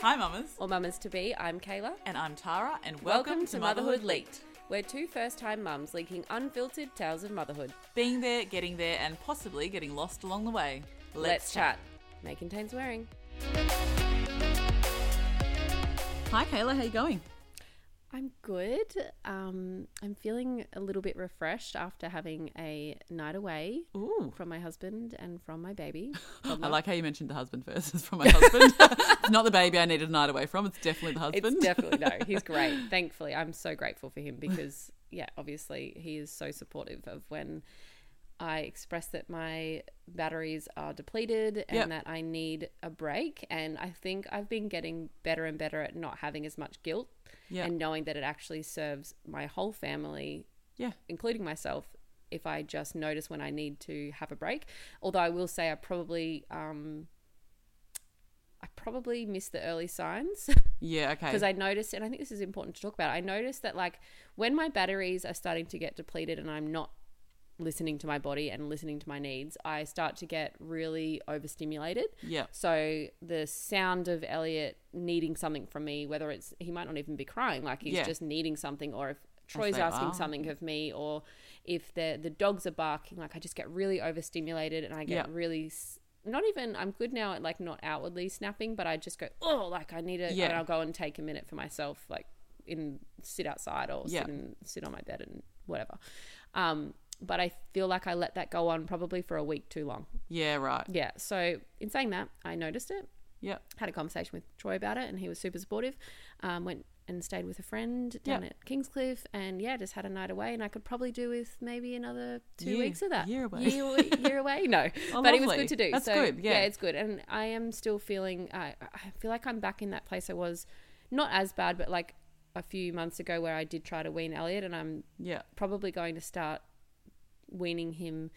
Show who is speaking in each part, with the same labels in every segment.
Speaker 1: Hi, mamas.
Speaker 2: or mamas to be, I'm Kayla.
Speaker 1: And I'm Tara, and welcome,
Speaker 2: Welcome,
Speaker 1: to, Motherhood Leaked.
Speaker 2: We're two first time mums leaking unfiltered tales of motherhood.
Speaker 1: Being there, getting there, and possibly getting lost along the way.
Speaker 2: May contain swearing.
Speaker 1: Hi, Kayla. How you going?
Speaker 2: I'm good. Um, I'm feeling a little bit refreshed after having a night away
Speaker 1: Ooh.
Speaker 2: from my husband and from my baby.
Speaker 1: I like how you mentioned the husband first. It's from my husband. it's not the baby I needed a night away from. It's definitely the husband.
Speaker 2: It's definitely no. He's great. Thankfully, I'm so grateful for him because yeah, obviously he is so supportive of when I express that my batteries are depleted and
Speaker 1: Yep.
Speaker 2: that I need a break. And I think I've been getting better and better at not having as much guilt
Speaker 1: Yeah.
Speaker 2: and knowing that it actually serves my whole family
Speaker 1: yeah.
Speaker 2: including myself, if I just notice when I need to have a break. Although I will say I probably um, I probably missed the early signs
Speaker 1: Yeah. Okay.
Speaker 2: because I noticed, and I think this is important to talk about. I noticed that like when my batteries are starting to get depleted and I'm not listening to my body and listening to my needs, I start to get really overstimulated.
Speaker 1: yeah.
Speaker 2: So the sound of Elliot needing something from me, whether it's he might not even be crying, like he's
Speaker 1: Yeah.
Speaker 2: just needing something, or if Troy's
Speaker 1: say, "Oh."
Speaker 2: asking
Speaker 1: "Wow."
Speaker 2: something of me, or if the the dogs are barking, like I just get really overstimulated and I
Speaker 1: Yeah.
Speaker 2: get really s- not even I'm good now at like not outwardly snapping, but I just go oh like I need to
Speaker 1: Yeah.
Speaker 2: and I'll go and take a minute for myself, like in sit outside or
Speaker 1: Yeah.
Speaker 2: sit and sit on my bed and whatever. Um, but I feel like I let that go on probably for a week too long.
Speaker 1: Yeah. Right.
Speaker 2: Yeah. So in saying that, I noticed it.
Speaker 1: Yeah.
Speaker 2: Had a conversation with Troy about it, and he was super supportive. Um, went and stayed with a friend down
Speaker 1: Yeah.
Speaker 2: at Kingscliff, and yeah, just had a night away. And I could probably do with maybe another two
Speaker 1: Year-
Speaker 2: weeks of that.
Speaker 1: year away.
Speaker 2: Year, year away. No,
Speaker 1: Oh,
Speaker 2: but it was
Speaker 1: lovely.
Speaker 2: good to do.
Speaker 1: That's
Speaker 2: so,
Speaker 1: good, yeah.
Speaker 2: it's good, and I am still feeling. I I feel like I'm back in that place I was, not as bad, but like a few months ago where I did try to wean Elliot, and I'm
Speaker 1: Yeah.
Speaker 2: probably going to start weaning him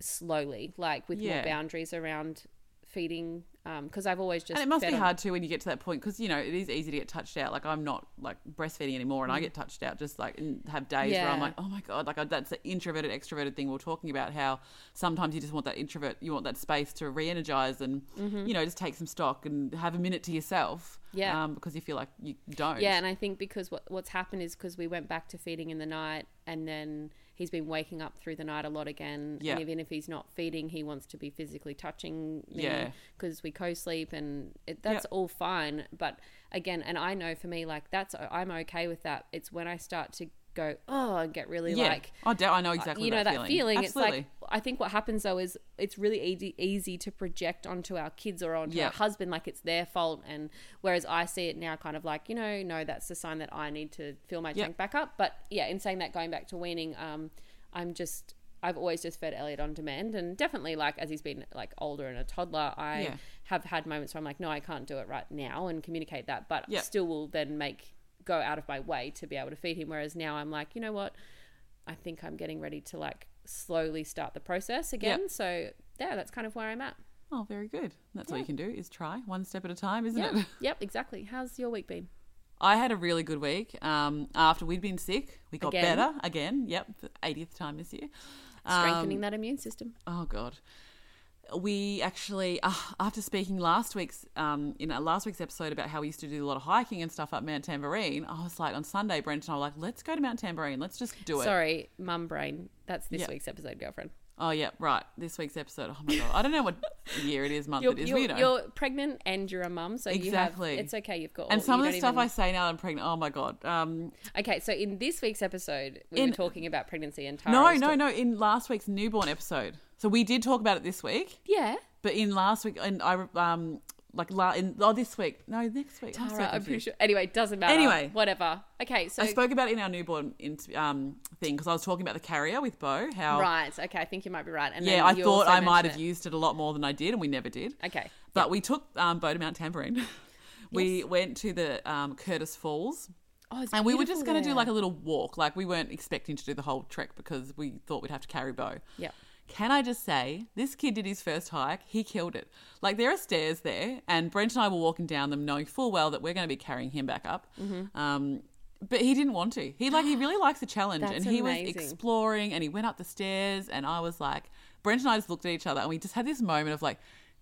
Speaker 2: slowly, like with more
Speaker 1: Yeah.
Speaker 2: boundaries around feeding. Because I've always just
Speaker 1: and it must
Speaker 2: fed
Speaker 1: be
Speaker 2: on-
Speaker 1: hard too when you get to that point because you know it is easy to get touched out like i'm not like breastfeeding anymore and i get touched out just like and have days where i'm
Speaker 2: Mm. Yeah.
Speaker 1: like oh my god like I, that's the introverted extroverted thing we we're talking about how sometimes you just want that introvert you want that space to re-energize and you know just take some stock and have a minute to yourself
Speaker 2: Mm-hmm. Yeah.
Speaker 1: um, because you feel like you don't
Speaker 2: Yeah, and I think because what what's happened is because we went back to feeding in the night, and then he's been waking up through the night a lot again.
Speaker 1: Yeah.
Speaker 2: And even if he's not feeding, he wants to be physically touching me
Speaker 1: Yeah.
Speaker 2: because we co-sleep, and it, that's
Speaker 1: Yeah.
Speaker 2: all fine. But again, and I know for me, like that's I'm okay with that. It's when I start to go oh and get really
Speaker 1: yeah
Speaker 2: like uh,
Speaker 1: i doubt i know exactly
Speaker 2: you know that
Speaker 1: feeling,
Speaker 2: feeling,
Speaker 1: Absolutely.
Speaker 2: it's like i think what happens though is it's really easy, easy to project onto our kids or onto
Speaker 1: Yeah.
Speaker 2: our husband like it's their fault and whereas i see it now kind of like you know no that's the sign that i need to fill my
Speaker 1: Yeah.
Speaker 2: tank back up but yeah in saying that going back to weaning um i'm just i've always just fed elliot on demand and definitely like as he's been like older and a toddler i
Speaker 1: Yeah.
Speaker 2: have had moments where i'm like no i can't do it right now and communicate that but
Speaker 1: Yeah.
Speaker 2: still will then make go out of my way to be able to feed him whereas now i'm like you know what I think I'm getting ready to like slowly start the process again. So yeah, that's kind of where I'm at.
Speaker 1: oh very good that's all you can do is try one step at a time isn't
Speaker 2: Yeah.
Speaker 1: it
Speaker 2: yep, exactly. How's your week been?
Speaker 1: I had a really good week. Um, after we'd been sick, we got
Speaker 2: Again.
Speaker 1: better again. Yep, the 80th time this year. Um,
Speaker 2: Strengthening that immune system.
Speaker 1: Oh God. We actually, uh, after speaking last week's um, in our last week's episode about how we used to do a lot of hiking and stuff up Mount Tambourine, I was like on Sunday, Brent and I were like, let's go to Mount Tambourine, let's just do it.
Speaker 2: Sorry, mum brain. That's this
Speaker 1: Yeah.
Speaker 2: week's episode, girlfriend.
Speaker 1: Oh yeah, right. This week's episode. Oh my god, I don't know what year it is, month
Speaker 2: You're,
Speaker 1: Oh, it is,
Speaker 2: you're,
Speaker 1: we know.
Speaker 2: you're pregnant and you're a mum, so
Speaker 1: Exactly.
Speaker 2: you have, it's okay. You've got all,
Speaker 1: and some
Speaker 2: you
Speaker 1: of the
Speaker 2: don't
Speaker 1: stuff I
Speaker 2: even-
Speaker 1: say now, that I'm pregnant. Oh my god. Um,
Speaker 2: okay. So in this week's episode, we
Speaker 1: In-
Speaker 2: were talking about pregnancy and Tara
Speaker 1: no,
Speaker 2: was
Speaker 1: no,
Speaker 2: talk-
Speaker 1: no. In last week's newborn episode, so we did talk about it this week.
Speaker 2: Yeah,
Speaker 1: But in last week, and I um like la- in oh this week, no next week. I'm so
Speaker 2: Tara. I'm pretty
Speaker 1: confused.
Speaker 2: sure. Anyway, doesn't matter.
Speaker 1: Anyway.
Speaker 2: whatever. Okay, so
Speaker 1: I spoke about it in our newborn in, um thing because I was talking about the carrier with Bo. How
Speaker 2: right. Okay, I think you might be right. And then
Speaker 1: yeah, I
Speaker 2: you
Speaker 1: thought
Speaker 2: also
Speaker 1: I might have
Speaker 2: mentioned
Speaker 1: used it a lot more than I did, and we never did.
Speaker 2: it. Okay.
Speaker 1: But we took um, Bo to Mount Tambourine. We went to the um, Curtis Falls.
Speaker 2: Oh, it's
Speaker 1: And we were just
Speaker 2: beautiful
Speaker 1: going to do
Speaker 2: there.
Speaker 1: like a little walk. Like, we weren't expecting to do the whole trek because we thought we'd have to carry Bo.
Speaker 2: Yep.
Speaker 1: Can I just say, this kid did his first hike. He killed it. Like, there are stairs there, and Brent and I were walking down them knowing full well that we're going to be carrying him back up.
Speaker 2: Mm-hmm.
Speaker 1: Um, but he didn't want to. He like he really likes a challenge,
Speaker 2: That's
Speaker 1: and he
Speaker 2: amazing.
Speaker 1: was exploring, and he went up the stairs, and I was like, Brent and I just looked at each other, and we just had this moment of like,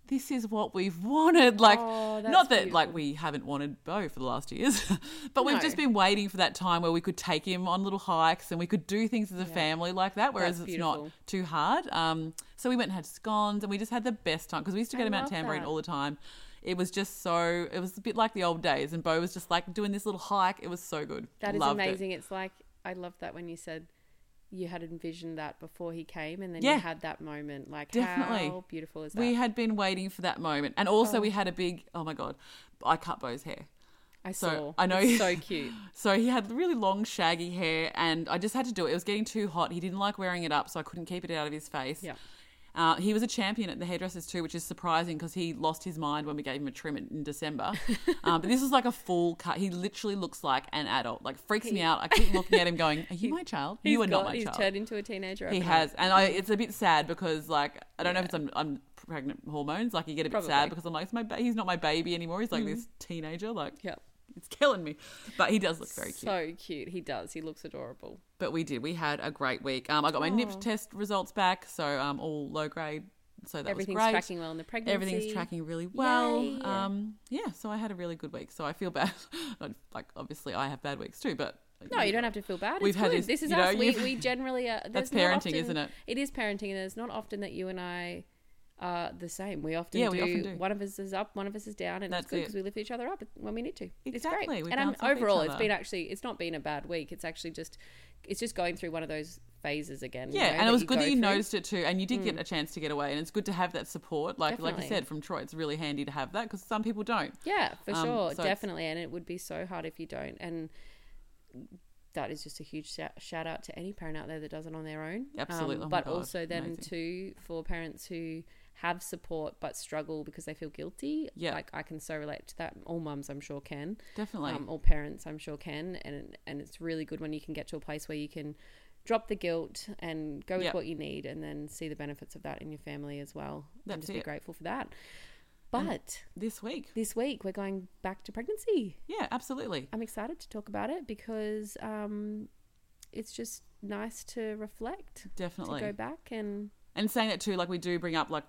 Speaker 1: this is what we've wanted. Like,
Speaker 2: Oh, that's
Speaker 1: not that
Speaker 2: beautiful.
Speaker 1: like we haven't wanted Bo for the last years, but we've
Speaker 2: No.
Speaker 1: just been waiting for that time where we could take him on little hikes and we could do things as a family like that, whereas
Speaker 2: That's
Speaker 1: it's not
Speaker 2: beautiful.
Speaker 1: too hard. Um, so we went and had scones and we just had the best time because we used to go
Speaker 2: I
Speaker 1: to Mount
Speaker 2: love
Speaker 1: Tambourine
Speaker 2: that.
Speaker 1: all the time. It was just so, it was a bit like the old days, and Bo was just like doing this little hike. It was so good.
Speaker 2: That is
Speaker 1: Loved it.
Speaker 2: amazing. It's like I love that when you said you had envisioned that before he came, and then
Speaker 1: Yeah.
Speaker 2: you had that moment. Like,
Speaker 1: Definitely.
Speaker 2: how beautiful is that?
Speaker 1: We had been waiting for that moment, and also we had a big, oh my god, I cut Bo's hair.
Speaker 2: I saw.
Speaker 1: So I know
Speaker 2: It's so cute.
Speaker 1: So he had really long, shaggy hair, and I just had to do it. It was getting too hot. He didn't like wearing it up, so I couldn't keep it out of his face.
Speaker 2: Yeah.
Speaker 1: Uh, he was a champion at the hairdressers too, which is surprising because he lost his mind when we gave him a trim in, in December. um, but this is like a full cut. He literally looks like an adult. Like freaks me out. I keep looking at him, going, "Are you my child?
Speaker 2: He's
Speaker 1: You are
Speaker 2: got-
Speaker 1: not my
Speaker 2: He's
Speaker 1: child."
Speaker 2: turned into a teenager.
Speaker 1: He
Speaker 2: overnight.
Speaker 1: has, and I, it's a bit sad because like I don't know if it's I'm, I'm pregnant hormones. Like you get a bit
Speaker 2: Probably. Mm-hmm.
Speaker 1: sad because I'm like, it's my ba- he's not my baby anymore. He's like this teenager. Like
Speaker 2: Yep.
Speaker 1: it's killing me, but he does look very cute.
Speaker 2: So cute. He does. He looks adorable.
Speaker 1: but we did. We had a great week. Um, I got my
Speaker 2: Oh.
Speaker 1: NIPS test results back, so um, all low grade. So that
Speaker 2: Everything's
Speaker 1: was great.
Speaker 2: tracking well in the pregnancy.
Speaker 1: Everything's tracking really well.
Speaker 2: Yay.
Speaker 1: Um, yeah, so I had a really good week. So I feel bad. Not- like obviously, I have bad weeks too, but
Speaker 2: No, you don't have to feel bad. It's
Speaker 1: We've had
Speaker 2: good.
Speaker 1: this-
Speaker 2: This is
Speaker 1: you know,
Speaker 2: us. We,
Speaker 1: you've-
Speaker 2: we generally are.
Speaker 1: That's
Speaker 2: there's not
Speaker 1: parenting,
Speaker 2: often-
Speaker 1: isn't it?
Speaker 2: It is parenting, and it's not often that you and I are the same. We often,
Speaker 1: Yeah,
Speaker 2: do,
Speaker 1: we often do.
Speaker 2: One of us is up, one of us is down, and
Speaker 1: That's
Speaker 2: it's good
Speaker 1: it.
Speaker 2: because we lift each other up when we need to. It's
Speaker 1: Exactly,
Speaker 2: great.
Speaker 1: we
Speaker 2: and I'm,
Speaker 1: bounce off each
Speaker 2: overall, it's
Speaker 1: other.
Speaker 2: been actually. It's not been a bad week. It's actually just. It's just going through one of those phases again. you
Speaker 1: Yeah,
Speaker 2: know,
Speaker 1: and it was good
Speaker 2: go
Speaker 1: that you
Speaker 2: through. Mm.
Speaker 1: noticed it too, and you did get a chance to get away, and it's good to have that support. Like like
Speaker 2: Definitely.
Speaker 1: you said from Troy, it's really handy to have that because some people don't.
Speaker 2: Yeah, for
Speaker 1: Um, so
Speaker 2: sure,
Speaker 1: it's-
Speaker 2: definitely, and it would be so hard if you don't. And that is just a huge shout- shout out to any parent out there that does it on their own. Um,
Speaker 1: Absolutely. Oh my
Speaker 2: but
Speaker 1: God,
Speaker 2: also then
Speaker 1: amazing.
Speaker 2: too for parents who have support but struggle because they feel guilty.
Speaker 1: Yeah.
Speaker 2: like I can so relate to that. All mums, I'm sure, can.
Speaker 1: Definitely.
Speaker 2: Um, all parents, I'm sure, can. And and it's really good when you can get to a place where you can drop the guilt and go with
Speaker 1: Yep.
Speaker 2: what you need, and then see the benefits of that in your family as well.
Speaker 1: That's
Speaker 2: and just be
Speaker 1: it.
Speaker 2: grateful for that. But
Speaker 1: this week,
Speaker 2: this week we're going back to pregnancy.
Speaker 1: yeah, absolutely.
Speaker 2: I'm excited to talk about it because um, it's just nice to reflect,
Speaker 1: Definitely.
Speaker 2: to go back and
Speaker 1: And saying that too, like we do bring up like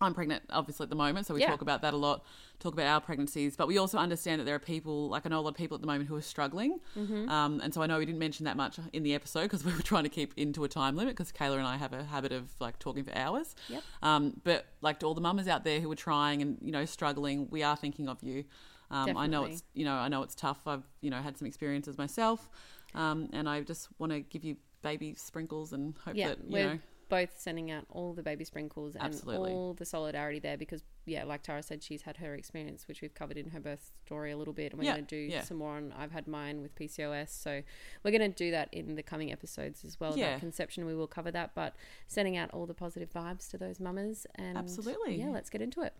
Speaker 1: I'm pregnant obviously at the moment, so we
Speaker 2: Yeah.
Speaker 1: talk about that a lot, talk about our pregnancies, but we also understand that there are people, like I know a lot of people at the moment who are struggling.
Speaker 2: Mm-hmm.
Speaker 1: Um, and so I know we didn't mention that much in the episode because we were trying to keep into a time limit because Kayla and I have a habit of like talking for hours.
Speaker 2: Yep.
Speaker 1: Um, but like to all the mamas out there who are trying and, you know, struggling, we are thinking of you. Um, I know
Speaker 2: Definitely.
Speaker 1: it's, you know, I know it's tough. I've, you know, had some experiences myself. Um, and I just want to give you baby sprinkles and hope
Speaker 2: yeah,
Speaker 1: that, you
Speaker 2: we're
Speaker 1: know,
Speaker 2: both sending out all the baby sprinkles and
Speaker 1: Absolutely.
Speaker 2: all the solidarity there because yeah, like Tara said, she's had her experience, which we've covered in her birth story a little bit, and we're
Speaker 1: Yeah,
Speaker 2: going to do
Speaker 1: yeah.
Speaker 2: some more on. I've had mine with PCOS, so we're going to do that in the coming episodes as well.
Speaker 1: Yeah.
Speaker 2: That conception, we will cover that, but sending out all the positive vibes to those mamas and
Speaker 1: Absolutely.
Speaker 2: yeah, let's get into it.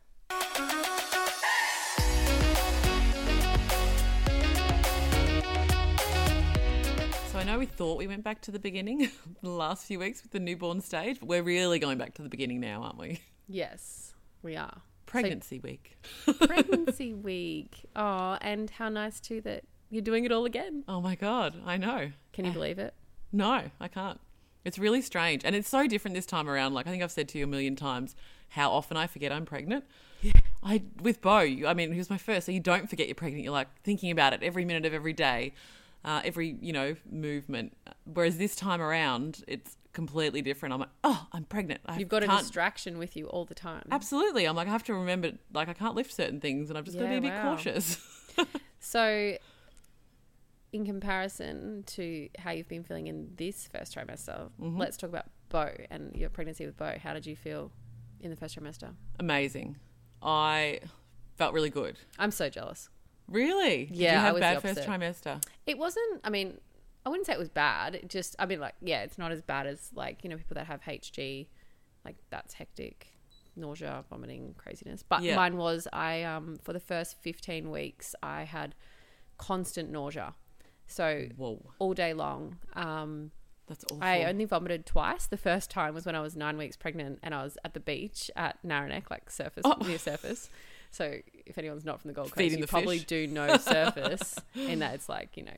Speaker 1: So I know we thought we went back to the beginning the last few weeks with the newborn stage, but we're really going back to the beginning now, aren't we?
Speaker 2: Yes, we are.
Speaker 1: Pregnancy week.
Speaker 2: Pregnancy week. Oh, and how nice too that you're doing it all again.
Speaker 1: Oh my god, I know.
Speaker 2: Can you believe it?
Speaker 1: No, I can't. It's really strange, and it's so different this time around. Like I think I've said to you a million times, how often I forget I'm pregnant. Yeah. I with Bo, you- I mean, he was my first, so you don't forget you're pregnant. You're like thinking about it every minute of every day, uh, every you know movement. Whereas this time around, it's completely different. I'm like, oh, I'm pregnant. I
Speaker 2: You've got a
Speaker 1: can't
Speaker 2: distraction with you all the time.
Speaker 1: Absolutely. I'm like, I have to remember, like, I can't lift certain things and I've just got to
Speaker 2: Yeah,
Speaker 1: be a bit
Speaker 2: wow.
Speaker 1: cautious.
Speaker 2: So, in comparison to how you've been feeling in this first trimester, let's talk about Bo and your pregnancy with Bo. How did you feel in the first trimester?
Speaker 1: Amazing. I felt really good.
Speaker 2: I'm so jealous.
Speaker 1: Really? Did
Speaker 2: Yeah,
Speaker 1: you
Speaker 2: I
Speaker 1: have
Speaker 2: was the
Speaker 1: bad first
Speaker 2: opposite.
Speaker 1: trimester.
Speaker 2: It wasn't, I mean, I wouldn't say it was bad. It just, I mean, like, yeah, it's not as bad as, like, you know, people that have HG, like, that's hectic, nausea, vomiting, craziness. But
Speaker 1: Yeah.
Speaker 2: mine was, I, um, for the first 15 weeks, I had constant nausea. So
Speaker 1: Whoa,
Speaker 2: all day long. Um,
Speaker 1: that's awful.
Speaker 2: I only vomited twice. The first time was when I was nine weeks pregnant and I was at the beach at Naranac, like surface near surface. So if anyone's not from the Gold Coast,
Speaker 1: Oh. Feeding
Speaker 2: you
Speaker 1: the
Speaker 2: probably
Speaker 1: fish.
Speaker 2: do know surface in that it's like you know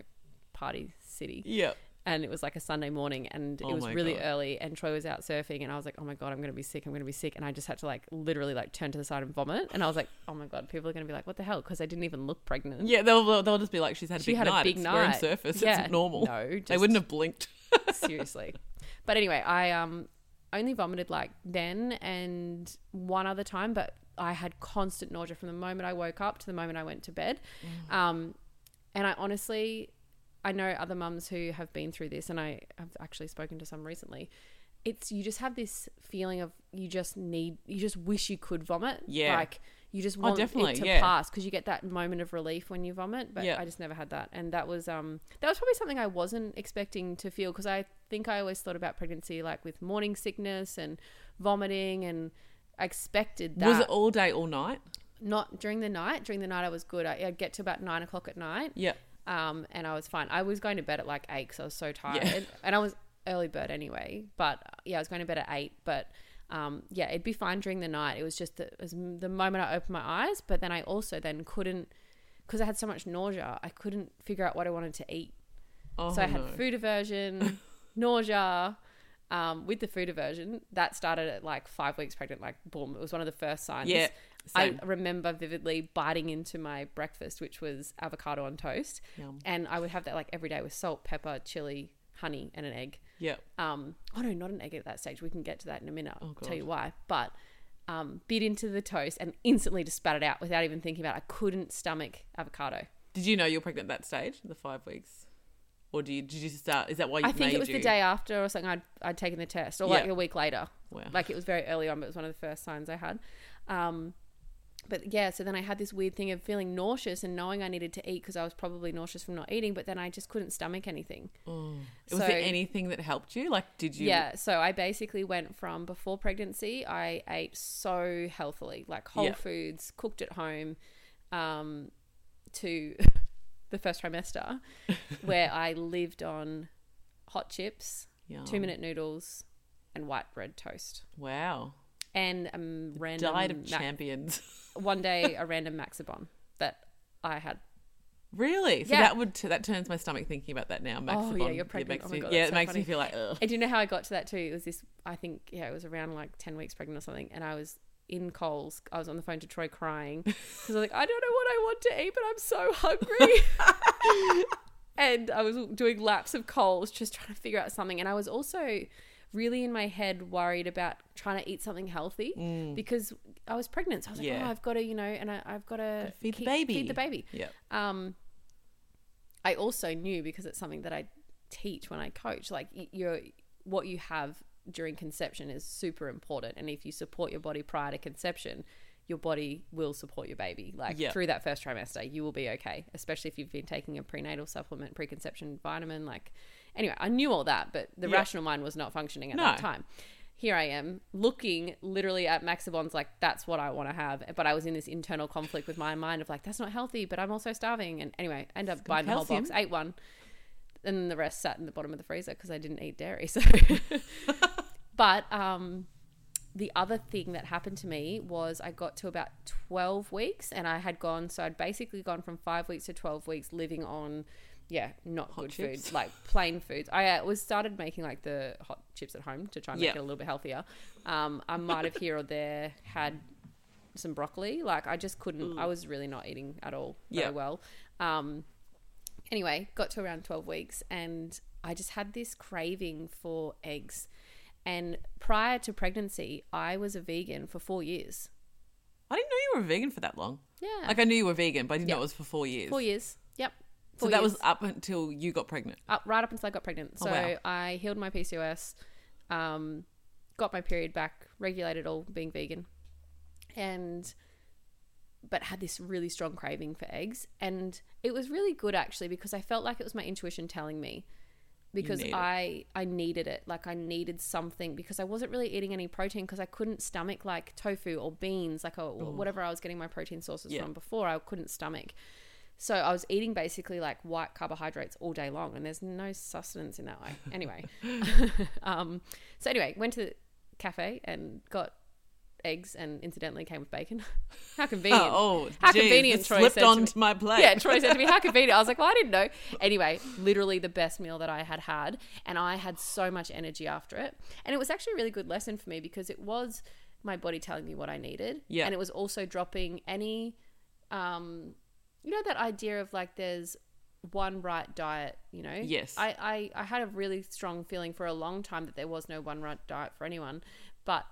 Speaker 2: party city.
Speaker 1: yeah.
Speaker 2: and it was like a Sunday morning and
Speaker 1: Oh
Speaker 2: it was
Speaker 1: my
Speaker 2: really
Speaker 1: God.
Speaker 2: early and Troy was out surfing and I was like, oh my God, I'm going to be sick. I'm going to be sick. And I just had to like literally like turn to the side and vomit. And I was like, oh my God, people are going to be like, what the hell? Because I didn't even look pregnant.
Speaker 1: Yeah, they'll they'll just be like, she's had a
Speaker 2: She
Speaker 1: big
Speaker 2: had a
Speaker 1: night.
Speaker 2: big
Speaker 1: it's We're
Speaker 2: night.
Speaker 1: in surface.
Speaker 2: Yeah.
Speaker 1: It's normal.
Speaker 2: No,
Speaker 1: they
Speaker 2: just-
Speaker 1: wouldn't have blinked.
Speaker 2: Seriously. But anyway, I um only vomited like then and one other time, but I had constant nausea from the moment I woke up to the moment I went to bed.
Speaker 1: Mm.
Speaker 2: Um, and I honestly, I know other mums who have been through this, and I have actually spoken to some recently. It's you just have this feeling of you just need, you just wish you could vomit.
Speaker 1: Yeah. Oh,
Speaker 2: Like you just want
Speaker 1: definitely,
Speaker 2: it to
Speaker 1: yeah.
Speaker 2: pass because you get that moment of relief when you vomit. But
Speaker 1: Yeah.
Speaker 2: I just never had that, and that was um that was probably something I wasn't expecting to feel because I think I always thought about pregnancy like with morning sickness and vomiting, and I expected that.
Speaker 1: Was it all day, all night?
Speaker 2: Not during the night. During the night, I was good. I, I'd get to about nine o'clock at night,
Speaker 1: Yeah.
Speaker 2: um, and I was fine. I was going to bed at like eight because I was so tired, and I was early bird anyway. But yeah, I was going to bed at eight. But um, yeah, it'd be fine during the night. It was just the, it was the moment I opened my eyes, but then I also then couldn't because I had so much nausea. I couldn't figure out what I wanted to eat,
Speaker 1: Oh,
Speaker 2: so I had
Speaker 1: no.
Speaker 2: food aversion, nausea. Um, with the food aversion, that started at like five weeks pregnant. Like boom, it was one of the first signs.
Speaker 1: Yeah.
Speaker 2: I
Speaker 1: same.
Speaker 2: remember vividly biting into my breakfast, which was avocado on toast.
Speaker 1: Yum.
Speaker 2: And I would have that like every day with salt, pepper, chili, honey, and an egg.
Speaker 1: Yeah.
Speaker 2: Um, oh no, not an egg at that stage. We can get to that in a minute. I'll tell
Speaker 1: Oh, God.
Speaker 2: you why. But um, bit into the toast and instantly just spat it out without even thinking about it. I couldn't stomach avocado.
Speaker 1: Did you know you were pregnant at that stage, the five weeks? Or do you, did you start? Is that why you
Speaker 2: I think
Speaker 1: made
Speaker 2: it was
Speaker 1: you?
Speaker 2: the day after or something I'd, I'd taken the test or like
Speaker 1: Yeah.
Speaker 2: a week later.
Speaker 1: Wow.
Speaker 2: Like it was very early on, but it was one of the first signs I had. Um, but yeah, so then I had this weird thing of feeling nauseous and knowing I needed to eat because I was probably nauseous from not eating, but then I just couldn't stomach anything.
Speaker 1: Mm. was
Speaker 2: so-
Speaker 1: there anything that helped you? Like, did you?
Speaker 2: Yeah, so I basically went from before pregnancy, I ate so healthily, like whole
Speaker 1: Yeah.
Speaker 2: foods, cooked at home, um, to the first trimester, where I lived on hot chips,
Speaker 1: Yum.
Speaker 2: two minute noodles, and white bread toast.
Speaker 1: Wow.
Speaker 2: And um, random
Speaker 1: Died of
Speaker 2: ma-
Speaker 1: champions.
Speaker 2: one day a random Maxibon that I had.
Speaker 1: really? So
Speaker 2: Yeah. Oh,
Speaker 1: that would that turns my stomach thinking about that now. Maxibon.
Speaker 2: yeah, you're
Speaker 1: It
Speaker 2: pregnant.
Speaker 1: makes
Speaker 2: Oh my
Speaker 1: me-
Speaker 2: God,
Speaker 1: yeah,
Speaker 2: that's
Speaker 1: it
Speaker 2: so
Speaker 1: makes
Speaker 2: funny.
Speaker 1: me feel like ugh.
Speaker 2: And do you know how I got to that too? It was this, I think, yeah, it was around like 10 weeks pregnant or something. And I was in Coles. I was on the phone to Troy crying because I was like, I don't know what I want to eat, but I'm so hungry. and I was doing laps of Coles just trying to figure out something. And I was also really in my head worried about trying to eat something healthy because I was pregnant. So I was like,
Speaker 1: Mm. Yeah.
Speaker 2: oh, I've got to, you know, and I, I've got to
Speaker 1: feed the baby.
Speaker 2: Feed the baby.
Speaker 1: Yeah.
Speaker 2: um, I also knew because it's something that I teach when I coach, like y- your what you have during conception is super important, and if you support your body prior to conception, your body will support your baby. Like
Speaker 1: Yeah.
Speaker 2: through that first trimester, you will be okay, especially if you've been taking a prenatal supplement, preconception vitamin. Like anyway, I knew all that, but the
Speaker 1: Yeah.
Speaker 2: rational mind was not functioning at
Speaker 1: No.
Speaker 2: that time. Here I am looking literally at Maxibon's like that's what I want to have, but I was in this internal conflict with my mind of like that's not healthy, but I'm also starving. And anyway, I end up buying the whole box, ate one, and the rest sat in the bottom of the freezer because I didn't eat dairy. So, but um, the other thing that happened to me was I got to about 12 weeks and I had gone, so I'd basically gone from five weeks to 12 weeks living on, yeah, not good
Speaker 1: chips.
Speaker 2: food, like plain foods. I uh, was started making like the hot chips at home to try and make
Speaker 1: Yeah.
Speaker 2: it a little bit healthier. Um, I might have here or there had some broccoli. Like I just couldn't, I was really not eating at all very
Speaker 1: Mm. Yeah.
Speaker 2: well. Um, anyway, got to around 12 weeks and I just had this craving for eggs. And prior to pregnancy, I was a vegan for four years.
Speaker 1: I didn't know you were a vegan for that long.
Speaker 2: Yeah.
Speaker 1: Like I knew you were vegan, but I didn't know
Speaker 2: Yeah.
Speaker 1: it was for four years.
Speaker 2: four years. Yep.
Speaker 1: so
Speaker 2: Four
Speaker 1: that
Speaker 2: years.
Speaker 1: was up until you got pregnant.
Speaker 2: up, right up until I got pregnant. So
Speaker 1: wow.
Speaker 2: I healed my PCOS, um, got my period back, regulated all being vegan, and but had this really strong craving for eggs. And it was really good actually because I felt like it was my intuition telling me because
Speaker 1: need it.
Speaker 2: I I needed it. Like I needed something because I wasn't really eating any protein because I couldn't stomach like tofu or beans, like or whatever I was getting my protein sources
Speaker 1: Oh. Yeah.
Speaker 2: from before. I couldn't stomach. So I was eating basically like white carbohydrates all day long, and there's no sustenance in that way. Anyway, um, so anyway, went to the cafe and got eggs and incidentally came with bacon. how convenient.
Speaker 1: Oh, oh
Speaker 2: how
Speaker 1: geez,
Speaker 2: convenient.
Speaker 1: it
Speaker 2: Troy
Speaker 1: slipped
Speaker 2: said to me.
Speaker 1: onto my plate.
Speaker 2: Yeah, Troy said to me, "How convenient." I was like, "Well, I didn't know." Anyway, literally the best meal that I had had, and I had so much energy after it. And it was actually a really good lesson for me because it was my body telling me what I needed,
Speaker 1: Yeah.
Speaker 2: and it was also dropping any, um, you know, that idea of like there's one right diet. You know,
Speaker 1: Yes.
Speaker 2: I, I I had a really strong feeling for a long time that there was no one right diet for anyone, but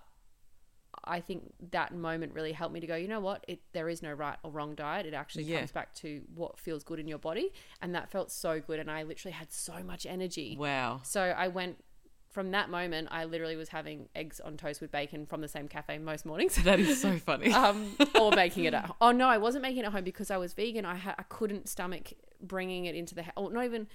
Speaker 2: I think that moment really helped me to go, you know what? It there is no right or wrong diet. It actually
Speaker 1: Yeah.
Speaker 2: comes back to what feels good in your body, and that felt so good and I literally had so much energy.
Speaker 1: Wow.
Speaker 2: So I went from that moment I literally was having eggs on toast with bacon from the same cafe most mornings.
Speaker 1: That is so funny.
Speaker 2: Um, or making it at home. Oh no, I wasn't making it at home because I was vegan. I ha- I couldn't stomach bringing it into the house. Or not even,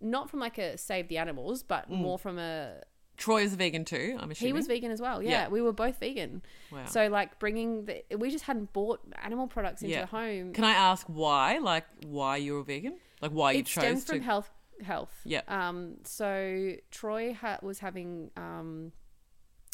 Speaker 2: not from like a save the animals, but
Speaker 1: Mm.
Speaker 2: more from a
Speaker 1: Troy is vegan too, I'm
Speaker 2: he
Speaker 1: assuming.
Speaker 2: was vegan as well. Yeah,
Speaker 1: Yeah.
Speaker 2: we were both vegan.
Speaker 1: Wow.
Speaker 2: So like bringing the we just hadn't bought animal products into
Speaker 1: Yeah.
Speaker 2: the home.
Speaker 1: Can I ask why? Like, why you're a vegan? Like, why you
Speaker 2: it
Speaker 1: chose
Speaker 2: stems
Speaker 1: to.
Speaker 2: from health. Health.
Speaker 1: Yeah.
Speaker 2: Um. So Troy ha- was having um.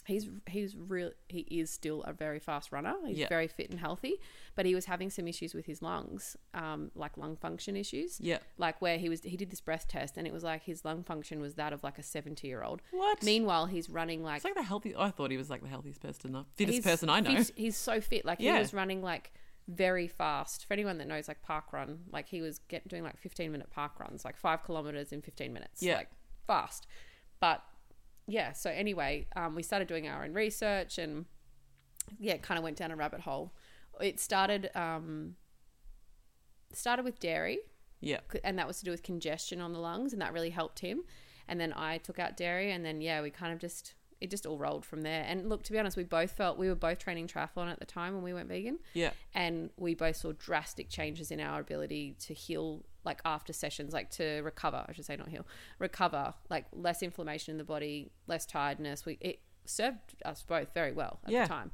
Speaker 2: He's he's real. He is still a very fast runner. He's
Speaker 1: Yeah.
Speaker 2: very fit and healthy, but he was having some issues with his lungs, um, like lung function issues.
Speaker 1: Yeah.
Speaker 2: Like where he was, he did this breath test, and it was like his lung function was that of like a seventy-year-old.
Speaker 1: What?
Speaker 2: Meanwhile, he's running like
Speaker 1: It's like the healthy. I thought he was like the healthiest person, the fittest
Speaker 2: He's
Speaker 1: person I know.
Speaker 2: fit- he's so fit. Like
Speaker 1: Yeah.
Speaker 2: he was running like very fast. For anyone that knows like park run, like he was get, doing like 15 minute park runs, like five kilometers in 15 minutes.
Speaker 1: Yeah.
Speaker 2: Like fast. But yeah, so anyway, um, we started doing our own research and yeah, kind of went down a rabbit hole. It started um, started with dairy
Speaker 1: Yeah.
Speaker 2: c- and that was to do with congestion on the lungs and that really helped him and then i took out dairy and then yeah we kind of just it just all rolled from there and look to be honest we both felt we were both training triathlon at the time when we went vegan
Speaker 1: Yeah.
Speaker 2: and we both saw drastic changes in our ability to heal like after sessions like to recover i should say not heal recover like less inflammation in the body less tiredness we it served us both very well at
Speaker 1: Yeah.
Speaker 2: the time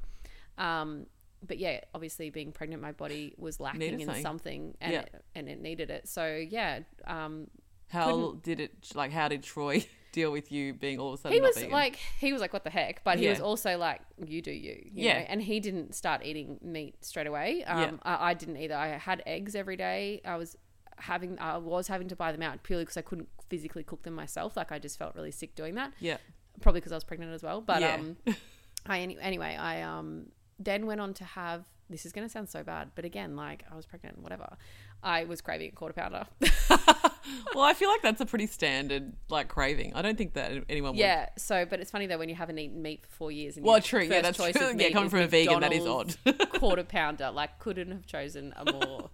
Speaker 2: um but yeah obviously being pregnant my body was lacking
Speaker 1: Needed
Speaker 2: in
Speaker 1: something.
Speaker 2: something and
Speaker 1: Yeah.
Speaker 2: it, and it needed it so yeah um
Speaker 1: How did it? Like, how did Troy deal with you being all of a sudden
Speaker 2: he
Speaker 1: not
Speaker 2: was
Speaker 1: vegan?
Speaker 2: like he was like what the heck but he was
Speaker 1: Yeah.
Speaker 2: also like you do you, you
Speaker 1: Yeah.
Speaker 2: know? and he didn't start eating meat straight away um
Speaker 1: Yeah.
Speaker 2: I, I didn't either i had eggs every day i was having i was having to buy them out purely because i couldn't physically cook them myself like i just felt really sick doing that
Speaker 1: Yeah.
Speaker 2: probably because i was pregnant as well but
Speaker 1: Yeah.
Speaker 2: um i any- anyway i um then went on to have this is going to sound so bad but again like i was pregnant whatever i was craving a quarter pounder
Speaker 1: Well, I feel like that's a pretty standard like craving. I don't think that anyone would.
Speaker 2: Yeah. So, but it's funny though when you haven't eaten meat for four years. And
Speaker 1: Well,
Speaker 2: your
Speaker 1: true. Yeah,
Speaker 2: first
Speaker 1: that's
Speaker 2: choice
Speaker 1: true.
Speaker 2: of
Speaker 1: Yeah,
Speaker 2: meat
Speaker 1: coming
Speaker 2: is
Speaker 1: from a vegan, that is
Speaker 2: McDonald's quarter pounder, like couldn't have chosen a more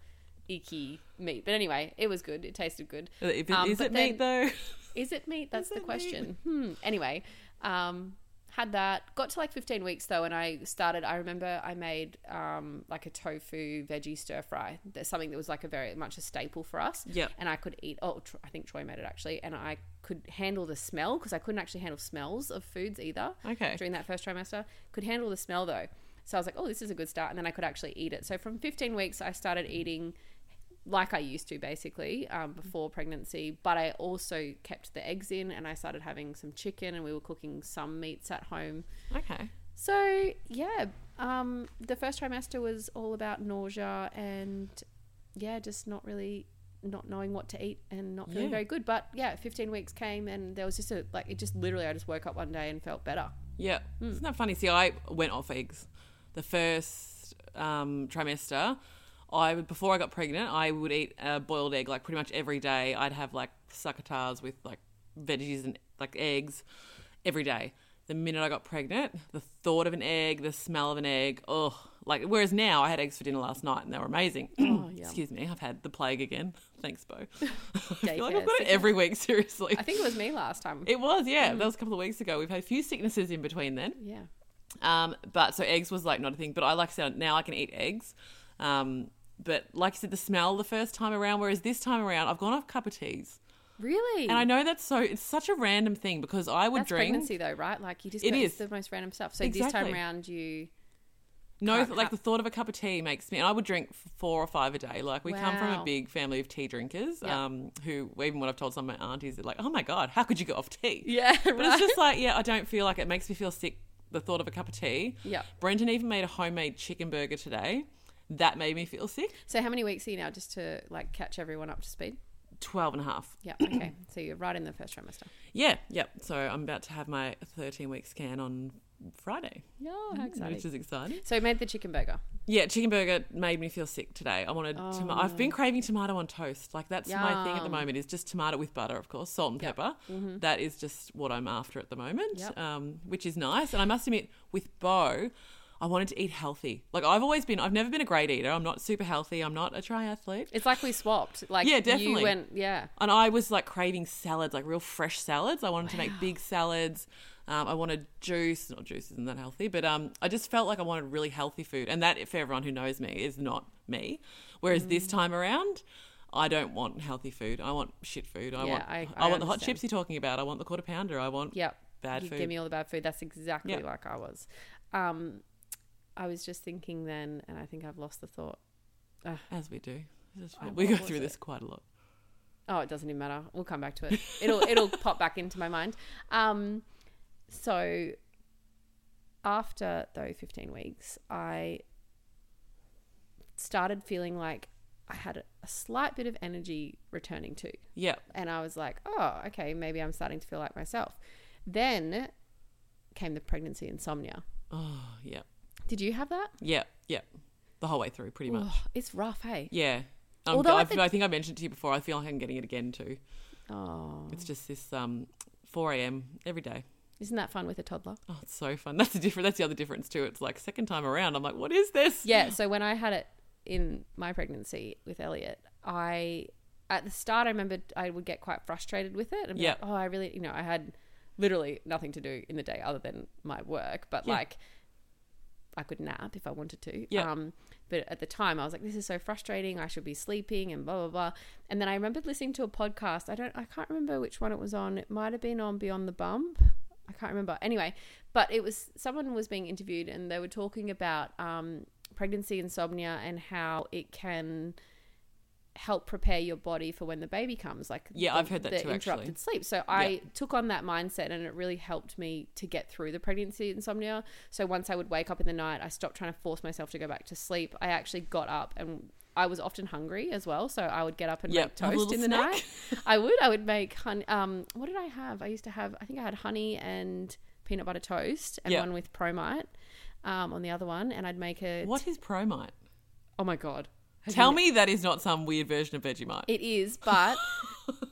Speaker 2: icky meat. But anyway, it was good. It tasted good.
Speaker 1: If it-
Speaker 2: Um,
Speaker 1: is
Speaker 2: but
Speaker 1: it meat
Speaker 2: then-
Speaker 1: though?
Speaker 2: Is it meat? That's the
Speaker 1: it meat?
Speaker 2: question. Hmm. Anyway, um, had that. Got to like 15 weeks though, and I started. I remember I made um, like a tofu veggie stir fry. That's something that was like a very much a staple for us.
Speaker 1: Yep.
Speaker 2: And I could eat. Oh, Tro- I think Troy made it actually, and I could handle the smell because I couldn't actually handle smells of foods either
Speaker 1: Okay.
Speaker 2: during that first trimester. Could handle the smell though. So I was like, oh, this is a good start. And then I could actually eat it. So from 15 weeks, I started eating like I used to basically um, before pregnancy, but I also kept the eggs in and I started having some chicken and we were cooking some meats at home.
Speaker 1: Okay.
Speaker 2: So yeah, um, the first trimester was all about nausea and yeah, just not really not knowing what to eat and not feeling
Speaker 1: Yeah.
Speaker 2: very good. But yeah, 15 weeks came and there was just a like it just literally I just woke up one day and felt better.
Speaker 1: Yeah.
Speaker 2: Hmm.
Speaker 1: Isn't that funny? See, I went off eggs the first um, trimester. I would- before I got pregnant, I would eat a boiled egg like pretty much every day. I'd have like succotars with like veggies and like eggs every day. The minute I got pregnant, the thought of an egg, the smell of an egg, oh, like whereas now I had eggs for dinner last night and they were amazing.
Speaker 2: Oh, yum.
Speaker 1: Excuse me, I've had the plague again. Thanks, Bo. I feel like
Speaker 2: Daycare
Speaker 1: I've got it
Speaker 2: sickness.
Speaker 1: every week. Seriously,
Speaker 2: I Mm. think it was me last time.
Speaker 1: it was yeah. That was a couple of weeks ago. We've had a few sicknesses in between then.
Speaker 2: yeah.
Speaker 1: Um, but so eggs was like not a thing. But I like I said now I can eat eggs. Um, but like I said, the smell the first time around, whereas this time around I've gone off cup of teas,
Speaker 2: Really?
Speaker 1: and I know that's so it's such a random thing because I would
Speaker 2: That's
Speaker 1: drink
Speaker 2: pregnancy though, right? Like you just
Speaker 1: It
Speaker 2: go,
Speaker 1: is.
Speaker 2: it's the most random stuff. So this
Speaker 1: Exactly.
Speaker 2: time around you
Speaker 1: no
Speaker 2: can't
Speaker 1: like
Speaker 2: have-
Speaker 1: the thought of a cup of tea makes me and I would drink f- four or five a day. Like we come from a
Speaker 2: Wow.
Speaker 1: big family of tea drinkers,
Speaker 2: Yeah.
Speaker 1: um, who even when I've told some of my aunties, they're like, oh my god, how could you go off tea?
Speaker 2: Yeah,
Speaker 1: But it's just like, yeah, I don't feel like it makes me feel sick the thought of a cup of tea.
Speaker 2: Yep.
Speaker 1: Brenton even made a homemade chicken burger today. That made me feel sick.
Speaker 2: So how many weeks are you now just to like catch everyone up to speed?
Speaker 1: 12 and a half.
Speaker 2: Yeah. Okay. so you're right in the first trimester.
Speaker 1: Yeah, yep. So I'm about to have my 13 week scan on Friday,
Speaker 2: Yeah. How exciting.
Speaker 1: which is exciting.
Speaker 2: Mm, so you made the chicken burger.
Speaker 1: Yeah, chicken burger made me feel sick today. I wanted tom- I've been craving tomato on toast. Like that's my thing at the
Speaker 2: Oh. Yum. Mm-hmm.
Speaker 1: moment is just tomato with butter, of course, salt and pepper. That is just what I'm after at the moment,
Speaker 2: Yep.
Speaker 1: um, which is nice. And I must admit, with Bo, I wanted to eat healthy. Like I've always been, I've never been a great eater. I'm not super healthy. I'm not a triathlete.
Speaker 2: It's like we swapped. Like
Speaker 1: Yeah, definitely.
Speaker 2: You went. Yeah.
Speaker 1: And I was like craving salads, like real fresh salads. I wanted to make big salads. Um, I wanted juice. Not juice isn't that healthy, but um, I just felt like I wanted really healthy food. And that, for everyone who knows me, is not me. Whereas
Speaker 2: Mm.
Speaker 1: this time around, I don't want healthy food. I want shit food. I
Speaker 2: Yeah,
Speaker 1: want.
Speaker 2: I- I
Speaker 1: want the hot
Speaker 2: understand.
Speaker 1: chips you're talking about. I want the quarter pounder. I want.
Speaker 2: Yep.
Speaker 1: Bad
Speaker 2: you
Speaker 1: food.
Speaker 2: Give me all the bad food. That's exactly
Speaker 1: Yep.
Speaker 2: like I was. Um, I was just thinking then, and I think I've lost the thought.
Speaker 1: As we do. This is
Speaker 2: Oh,
Speaker 1: what- we
Speaker 2: what
Speaker 1: go
Speaker 2: was
Speaker 1: through
Speaker 2: it?
Speaker 1: this quite a lot.
Speaker 2: Oh, it doesn't even matter. We'll come back to it. It'll it'll pop back into my mind. Um, so after though 15 weeks, I started feeling like I had a slight bit of energy returning to.
Speaker 1: Yeah.
Speaker 2: And I was like, oh, okay, maybe I'm starting to feel like myself. Then came the pregnancy insomnia.
Speaker 1: Oh, yeah.
Speaker 2: Did you have that?
Speaker 1: Yeah. Yeah. The whole way through, pretty much.
Speaker 2: Ugh, it's rough, hey?
Speaker 1: Yeah. Um,
Speaker 2: Although I
Speaker 1: I've,
Speaker 2: think-
Speaker 1: I think I mentioned to you before. I feel like I'm getting it again too.
Speaker 2: Oh,
Speaker 1: It's just this um, 4 a.m. every day.
Speaker 2: isn't that fun with a toddler?
Speaker 1: Oh, it's so fun. That's the different. That's the other difference too. It's like second time around. I'm like, what is this?
Speaker 2: Yeah. So when I had it in my pregnancy with Elliot, I at the start I remembered I would get quite frustrated with it. And be
Speaker 1: Yeah.
Speaker 2: like, oh, I really, you know, I had literally nothing to do in the day other than my work, but
Speaker 1: Yeah.
Speaker 2: like I could nap if I wanted to.
Speaker 1: Yeah.
Speaker 2: Um, but at the time I was like, this is so frustrating. I should be sleeping and blah blah blah. And then I remembered listening to a podcast. I don't, I can't remember which one it was on. It might have been on Beyond the Bump. I can't remember. Anyway, but it was someone was being interviewed and they were talking about um, pregnancy insomnia and how it can help prepare your body for when the baby comes. Like
Speaker 1: Yeah,
Speaker 2: the-
Speaker 1: I've heard that
Speaker 2: the
Speaker 1: too, actually.
Speaker 2: interrupted sleep. So I took on that mindset and it really helped me to get through the pregnancy insomnia. So once I would wake up in the night, I stopped trying to force myself to go back to sleep. I actually got up and I was often hungry as well, so I would get up and
Speaker 1: Yep,
Speaker 2: make
Speaker 1: have a
Speaker 2: toast
Speaker 1: little
Speaker 2: in the
Speaker 1: snack.
Speaker 2: night. I would. I would make honey. Um, what did I have? I used to have. I think I had honey and peanut butter toast, and
Speaker 1: Yep.
Speaker 2: one with promite um, on the other one. And I'd make a.
Speaker 1: What is Promite?
Speaker 2: Oh my god! Have
Speaker 1: Tell
Speaker 2: you-
Speaker 1: me that is not some weird version of Vegemite.
Speaker 2: It is, but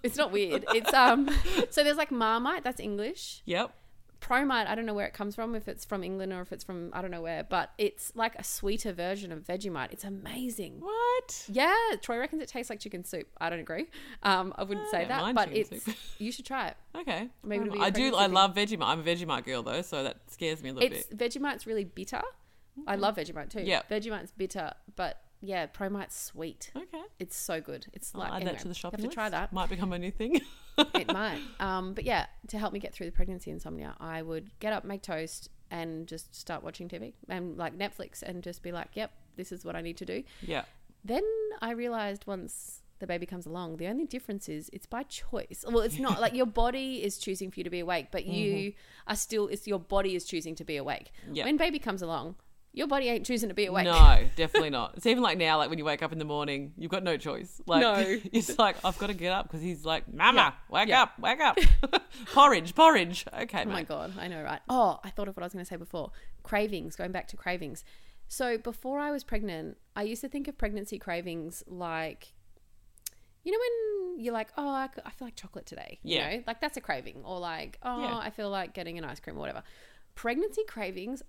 Speaker 2: it's not weird. It's um. So there's like Marmite. That's English.
Speaker 1: yep.
Speaker 2: Promite. I don't know where it comes from. If it's from England or if it's from I don't know where, but it's like a sweeter version of Vegemite. It's amazing.
Speaker 1: What?
Speaker 2: Yeah, Troy reckons it tastes like chicken soup. I don't agree. Um, I wouldn't say
Speaker 1: don't
Speaker 2: that,
Speaker 1: mind
Speaker 2: but
Speaker 1: chicken
Speaker 2: it's
Speaker 1: soup.
Speaker 2: you should try it.
Speaker 1: Okay.
Speaker 2: Maybe it'll be
Speaker 1: Um,
Speaker 2: a
Speaker 1: I do.
Speaker 2: pregnancy
Speaker 1: I
Speaker 2: thing.
Speaker 1: love Vegemite. I'm a Vegemite girl though, so that scares me a little
Speaker 2: It's
Speaker 1: bit.
Speaker 2: Vegemite's really bitter. I love Vegemite too.
Speaker 1: Yeah.
Speaker 2: Vegemite's bitter, but yeah, Promite's sweet.
Speaker 1: Okay.
Speaker 2: It's so good. It's
Speaker 1: I'll
Speaker 2: like
Speaker 1: add
Speaker 2: anyway,
Speaker 1: that to the shop.
Speaker 2: You have to try that.
Speaker 1: Might become a new thing.
Speaker 2: it might. Um, but yeah, to help me get through the pregnancy insomnia, I would get up, make toast, and just start watching TV and like Netflix, and just be like, "Yep, this is what I need to do."
Speaker 1: yeah.
Speaker 2: Then I realized once the baby comes along, the only difference is it's by choice. Well, it's not like your body is choosing for you to be awake, but you are still, it's your body is choosing to be awake.
Speaker 1: Mm-hmm. Yeah.
Speaker 2: When baby comes along, your body ain't choosing to be awake.
Speaker 1: No, definitely not. It's even like now, like when you wake up in the morning, you've got no choice. Like
Speaker 2: No.
Speaker 1: it's like I've got to get up because he's like, "Mama, wake
Speaker 2: yeah.
Speaker 1: up, wake up, porridge, porridge." Okay,
Speaker 2: Oh my
Speaker 1: mate.
Speaker 2: God, I know, right? Oh, I thought of what I was going to say before cravings, going back to cravings. So before I was pregnant, I used to think of pregnancy cravings like, you know, when you're like, oh, I, c- I feel like chocolate today.
Speaker 1: Yeah.
Speaker 2: You know, like that's a craving. Or like, oh,
Speaker 1: Yeah.
Speaker 2: I feel like getting an ice cream or whatever. Pregnancy cravings,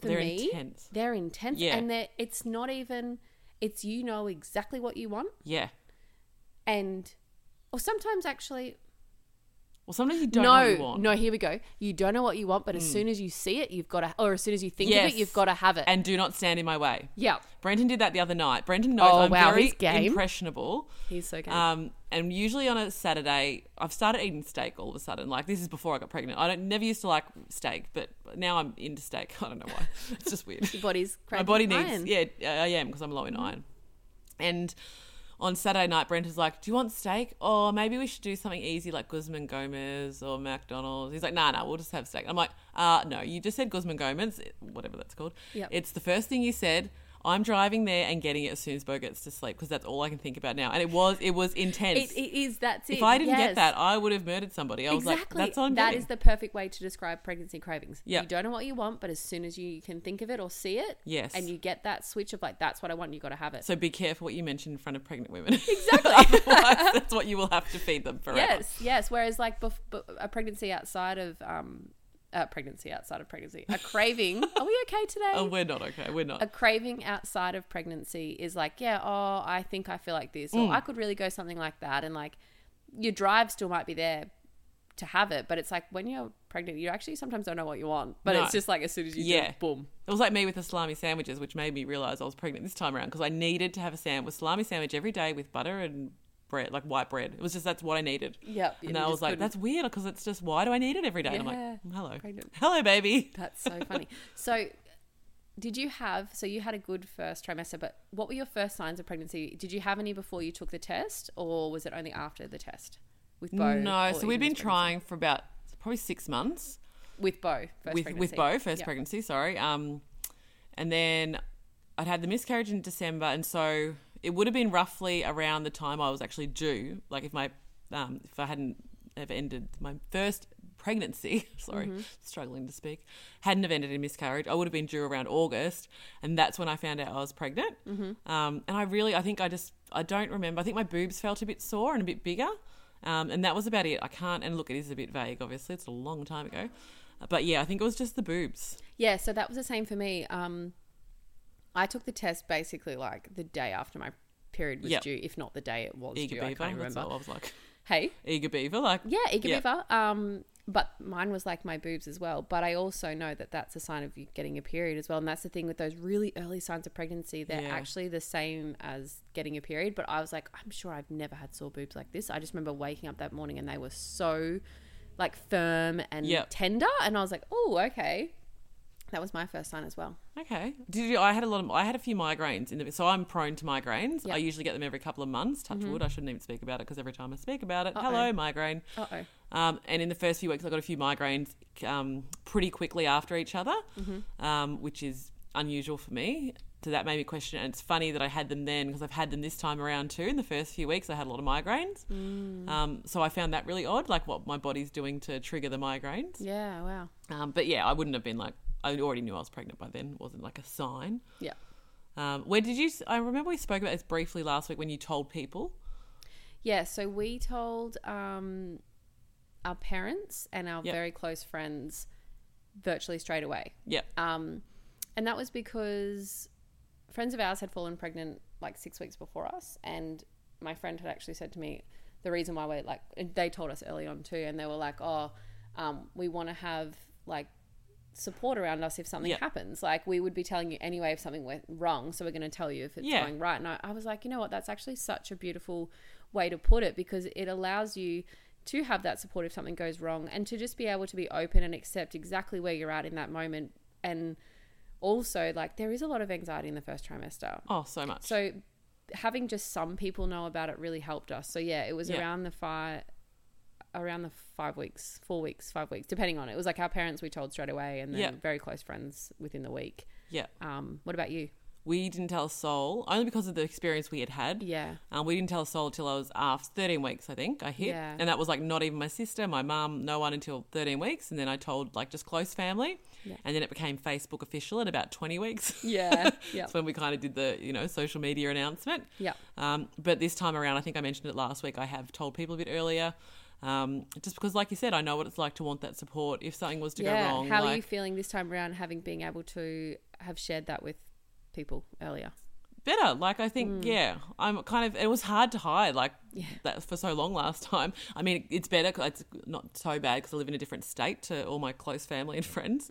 Speaker 2: for
Speaker 1: They're
Speaker 2: me,
Speaker 1: intense.
Speaker 2: they're intense.
Speaker 1: Yeah.
Speaker 2: And they're, it's not even, it's you know exactly what you want.
Speaker 1: Yeah.
Speaker 2: And, or sometimes actually,
Speaker 1: Well, sometimes you don't know
Speaker 2: no,
Speaker 1: what you want. Mm.
Speaker 2: no. Here we go. You don't know what you want, but as soon as you see it, you've got to, or as soon as you think of
Speaker 1: Yes.
Speaker 2: it, you've got to have it.
Speaker 1: And do not stand in my way.
Speaker 2: yeah,
Speaker 1: Brenton did that the other night. Brenton knows
Speaker 2: Oh,
Speaker 1: I'm
Speaker 2: wow,
Speaker 1: very
Speaker 2: he's game.
Speaker 1: impressionable.
Speaker 2: he's so good.
Speaker 1: Um, and usually on a Saturday, I've started eating steak all of a sudden. Like this is before I got pregnant. I don't never used to like steak, but now I'm into steak. I don't know why. It's just weird.
Speaker 2: Your body's
Speaker 1: my
Speaker 2: craving
Speaker 1: body needs uh,
Speaker 2: iron. Mm-hmm.
Speaker 1: yeah i I am because i'm low in iron and on Saturday night, Brent is like, "Do you want steak? Or maybe we should do something easy like Guzman Gomez or McDonald's." He's like, "Nah, nah, we'll just have steak." I'm like, "Uh, no, you just said Guzman Gomez, eh, whatever that's called.
Speaker 2: Yep.
Speaker 1: It's the first thing you said." I'm driving there and getting it as soon as Bo gets to sleep because that's all I can think about now. And it was it was intense.
Speaker 2: It, it is. That's it.
Speaker 1: if I didn't
Speaker 2: yes.
Speaker 1: get that, I would have murdered somebody. I was
Speaker 2: exactly.
Speaker 1: like, "That's on
Speaker 2: That is the perfect way to describe pregnancy cravings.
Speaker 1: Yeah.
Speaker 2: You don't know what you want, but as soon as you can think of it or see it,
Speaker 1: Yes.
Speaker 2: and you get that switch of like, that's what I want. You got to have it.
Speaker 1: So be careful what you mention in front of pregnant women. Exactly. Otherwise, that's what you will have to feed them forever.
Speaker 2: yes, yes. Whereas like bef- b- a pregnancy outside of um, a pregnancy outside of pregnancy, a craving. are we okay today?
Speaker 1: Oh, we're not okay. We're not.
Speaker 2: a craving outside of pregnancy is like, yeah, oh, I think I feel like this,
Speaker 1: Mm.
Speaker 2: or I could really go something like that, and like your drive still might be there to have it, but it's like when you're pregnant, you actually sometimes don't know what you want, but
Speaker 1: No.
Speaker 2: it's just like as soon as you do,
Speaker 1: Yeah.
Speaker 2: it, boom.
Speaker 1: It was like me with the salami sandwiches, which made me realize I was pregnant this time around because I needed to have a sandwich, salami sandwich every day with butter and bread, like white bread. It was just that's what I needed.
Speaker 2: Yep,
Speaker 1: And
Speaker 2: you
Speaker 1: I
Speaker 2: just
Speaker 1: was like,
Speaker 2: couldn't.
Speaker 1: that's weird because it's just why do I need it every day? And
Speaker 2: Yeah.
Speaker 1: I'm like, hello,
Speaker 2: Pregnant.
Speaker 1: hello, baby.
Speaker 2: That's so funny. so, did you have? So you had a good first trimester, but what were your first signs of pregnancy? Did you have any before you took the test, or was it only after the test with Bo?
Speaker 1: No,
Speaker 2: or
Speaker 1: so we've been
Speaker 2: even with pregnancy?
Speaker 1: trying for about probably six months.
Speaker 2: with Bo first
Speaker 1: with
Speaker 2: pregnancy.
Speaker 1: with Bo first
Speaker 2: Yep.
Speaker 1: pregnancy. Sorry. Um, and then I'd had the miscarriage in December, and so it would have been roughly around the time I was actually due. Like if my um, if I hadn't have ended my first pregnancy, sorry,
Speaker 2: Mm-hmm.
Speaker 1: struggling to speak, hadn't have ended in miscarriage, I would have been due around August, and that's when I found out I was pregnant.
Speaker 2: Mm-hmm.
Speaker 1: Um, and I really, I think I just, I don't remember. I think my boobs felt a bit sore and a bit bigger. Um, and that was about it. I can't, and look, it is a bit vague, obviously. It's a long time ago. But yeah, I think it was just the boobs.
Speaker 2: Yeah, so that was the same for me. Um, I took the test basically like the day after my period was
Speaker 1: Yep.
Speaker 2: due, if not the day it was
Speaker 1: Eager
Speaker 2: due. I
Speaker 1: beaver.
Speaker 2: can't
Speaker 1: That's
Speaker 2: remember.
Speaker 1: all I was like.
Speaker 2: Hey,
Speaker 1: Eager beaver, like
Speaker 2: yeah, eager
Speaker 1: Yeah.
Speaker 2: beaver. Um, but mine was like my boobs as well. But I also know that that's a sign of you getting a period as well, and that's the thing with those really early signs of pregnancy. They're
Speaker 1: Yeah.
Speaker 2: actually the same as getting a period. But I was like, I'm sure I've never had sore boobs like this. I just remember waking up that morning and they were so like firm and
Speaker 1: Yep.
Speaker 2: tender, and I was like, oh, okay. That was my first sign as well.
Speaker 1: Okay. Did you? I had a lot of. I had a few migraines in the. So I'm prone to migraines.
Speaker 2: Yeah. Mm-hmm.
Speaker 1: I usually get them every couple of months. Touch wood. I shouldn't even speak about it because every time I speak about it,
Speaker 2: Uh-oh.
Speaker 1: hello migraine.
Speaker 2: Uh oh.
Speaker 1: Um, and in the first few weeks, I got a few migraines um, pretty quickly after each other,
Speaker 2: Mm-hmm.
Speaker 1: um, which is unusual for me. So that made me question. it. And it's funny that I had them then because I've had them this time around too. In the first few weeks, I had a lot of migraines.
Speaker 2: Mm.
Speaker 1: Um, so I found that really odd, like what my body's doing to trigger the migraines.
Speaker 2: Yeah, wow.
Speaker 1: Um, but yeah, I wouldn't have been like, I already knew I was pregnant by then. It wasn't like a sign.
Speaker 2: Yeah.
Speaker 1: Um, where did you? I remember we spoke about this briefly last week when you told people.
Speaker 2: Yeah, so we told um, our parents and our
Speaker 1: Yep.
Speaker 2: very close friends virtually straight away.
Speaker 1: Yeah,
Speaker 2: Um, and that was because friends of ours had fallen pregnant like six weeks before us. And my friend had actually said to me, the reason why we're like, and they told us early on too. And they were like, oh, um, we want to have like support around us if something
Speaker 1: Yep.
Speaker 2: happens. Like we would be telling you anyway if something went wrong. So we're going to tell you if it's
Speaker 1: Yeah.
Speaker 2: going right. And I, I was like, you know what? That's actually such a beautiful way to put it because it allows you to have that support if something goes wrong and to just be able to be open and accept exactly where you're at in that moment. And also, like, there is a lot of anxiety in the first trimester.
Speaker 1: oh, so much.
Speaker 2: So having just some people know about it really helped us. So yeah, it was
Speaker 1: Yeah.
Speaker 2: around the five around the five weeks, four weeks, five weeks, depending on it. It was like our parents we told straight away and then
Speaker 1: Yeah.
Speaker 2: very close friends within the week.
Speaker 1: yeah,
Speaker 2: Um, what about you?
Speaker 1: we didn't tell a soul only because of the experience we had had.
Speaker 2: Yeah.
Speaker 1: Um, we didn't tell a soul till I was after 13 weeks, I think I hit.
Speaker 2: Yeah.
Speaker 1: And that was like not even my sister, my mum, no one until 13 weeks. And then I told like just close family.
Speaker 2: Yeah.
Speaker 1: And then it became Facebook official at about 20 weeks.
Speaker 2: Yeah. yeah.
Speaker 1: That's when we kind of did the, you know, social media announcement.
Speaker 2: Yeah.
Speaker 1: Um, but this time around, I think I mentioned it last week. I have told people a bit earlier, um, just because, like you said, I know what it's like to want that support if something was to
Speaker 2: yeah.
Speaker 1: go wrong.
Speaker 2: How
Speaker 1: like,
Speaker 2: are you feeling this time around having been able to have shared that with people earlier?
Speaker 1: better. Like I think, yeah, I'm kind of. It was hard to hide like that for so long last time. I mean, it's better. 'cause It's not so bad because I live in a different state to all my close family and friends.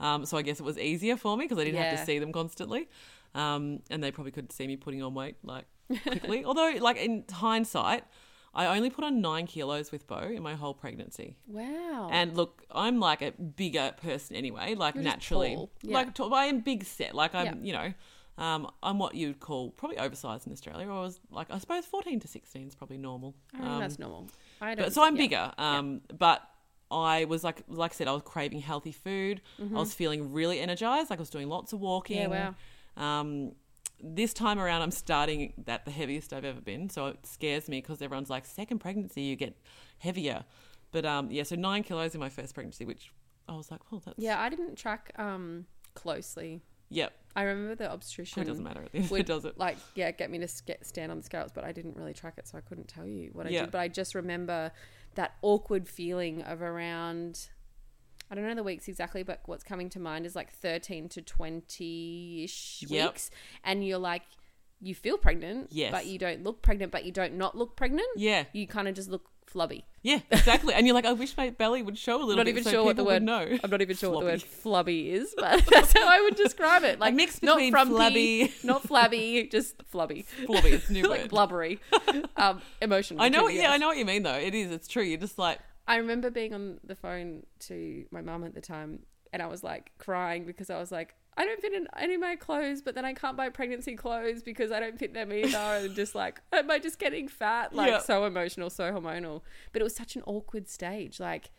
Speaker 1: Um, so I guess it was easier for me because I didn't have
Speaker 2: Yeah.
Speaker 1: to see them constantly, um, and they probably could see me putting on weight like quickly. Although, like in hindsight. I only put on nine kilos with Bo in my whole pregnancy.
Speaker 2: Wow.
Speaker 1: And look, I'm like a bigger person anyway, like
Speaker 2: You're just
Speaker 1: naturally.
Speaker 2: tall. Yeah.
Speaker 1: Like tall, I am big set. Like I'm,
Speaker 2: Yeah.
Speaker 1: you know, um, I'm what you'd call probably oversized in Australia, or was like I suppose 14 to 16 is probably normal.
Speaker 2: I think
Speaker 1: Um,
Speaker 2: that's normal. I don't.
Speaker 1: but, so I'm
Speaker 2: yeah.
Speaker 1: bigger. Um, but I was like, like I said, I was craving healthy food. I
Speaker 2: Mm-hmm.
Speaker 1: was feeling really energized. Like I was doing lots of walking.
Speaker 2: wow.
Speaker 1: Um, this time around, I'm starting at the heaviest I've ever been. So it scares me because everyone's like, second pregnancy, you get heavier. But um, yeah, so nine kilos in my first pregnancy, which I was like, well, that's
Speaker 2: Yeah, I didn't track um closely.
Speaker 1: yep.
Speaker 2: I remember the
Speaker 1: It doesn't
Speaker 2: obstetrician
Speaker 1: matter at the end,
Speaker 2: would
Speaker 1: does it?
Speaker 2: like yeah get me to s- get, stand on the scales, but I didn't really track it, so I couldn't tell you what I
Speaker 1: Yeah.
Speaker 2: did. But I just remember that awkward feeling of around. I don't know the weeks exactly, but what's coming to mind is like 13 to 20 ish
Speaker 1: Yep.
Speaker 2: weeks. And you're like, you feel pregnant,
Speaker 1: Yes.
Speaker 2: but you don't look pregnant, but you don't not look pregnant.
Speaker 1: Yeah,
Speaker 2: You kind of just look flubby.
Speaker 1: yeah, exactly. And you're like, I wish my belly would show a little
Speaker 2: I'm not
Speaker 1: bit
Speaker 2: even
Speaker 1: so
Speaker 2: sure what the
Speaker 1: people would
Speaker 2: word.
Speaker 1: know.
Speaker 2: I'm not even sure what the word flubby is, but that's how I would describe it. Like
Speaker 1: mix between
Speaker 2: not frumpy,
Speaker 1: flabby-
Speaker 2: not flabby, just flubby,
Speaker 1: Flubby, it's a new
Speaker 2: like
Speaker 1: word.
Speaker 2: blubbery, um, emotional.
Speaker 1: I know what,
Speaker 2: too,
Speaker 1: yeah, I
Speaker 2: yes.
Speaker 1: know what you mean though. It is, it's true. You're just like,
Speaker 2: I remember being on the phone to my mum at the time, and I was like crying because I was like, I don't fit in any of my clothes, but then I can't buy pregnancy clothes because I don't fit them either. And just like, am I just getting fat? Like
Speaker 1: Yeah.
Speaker 2: so emotional, so hormonal. But it was such an awkward stage. Like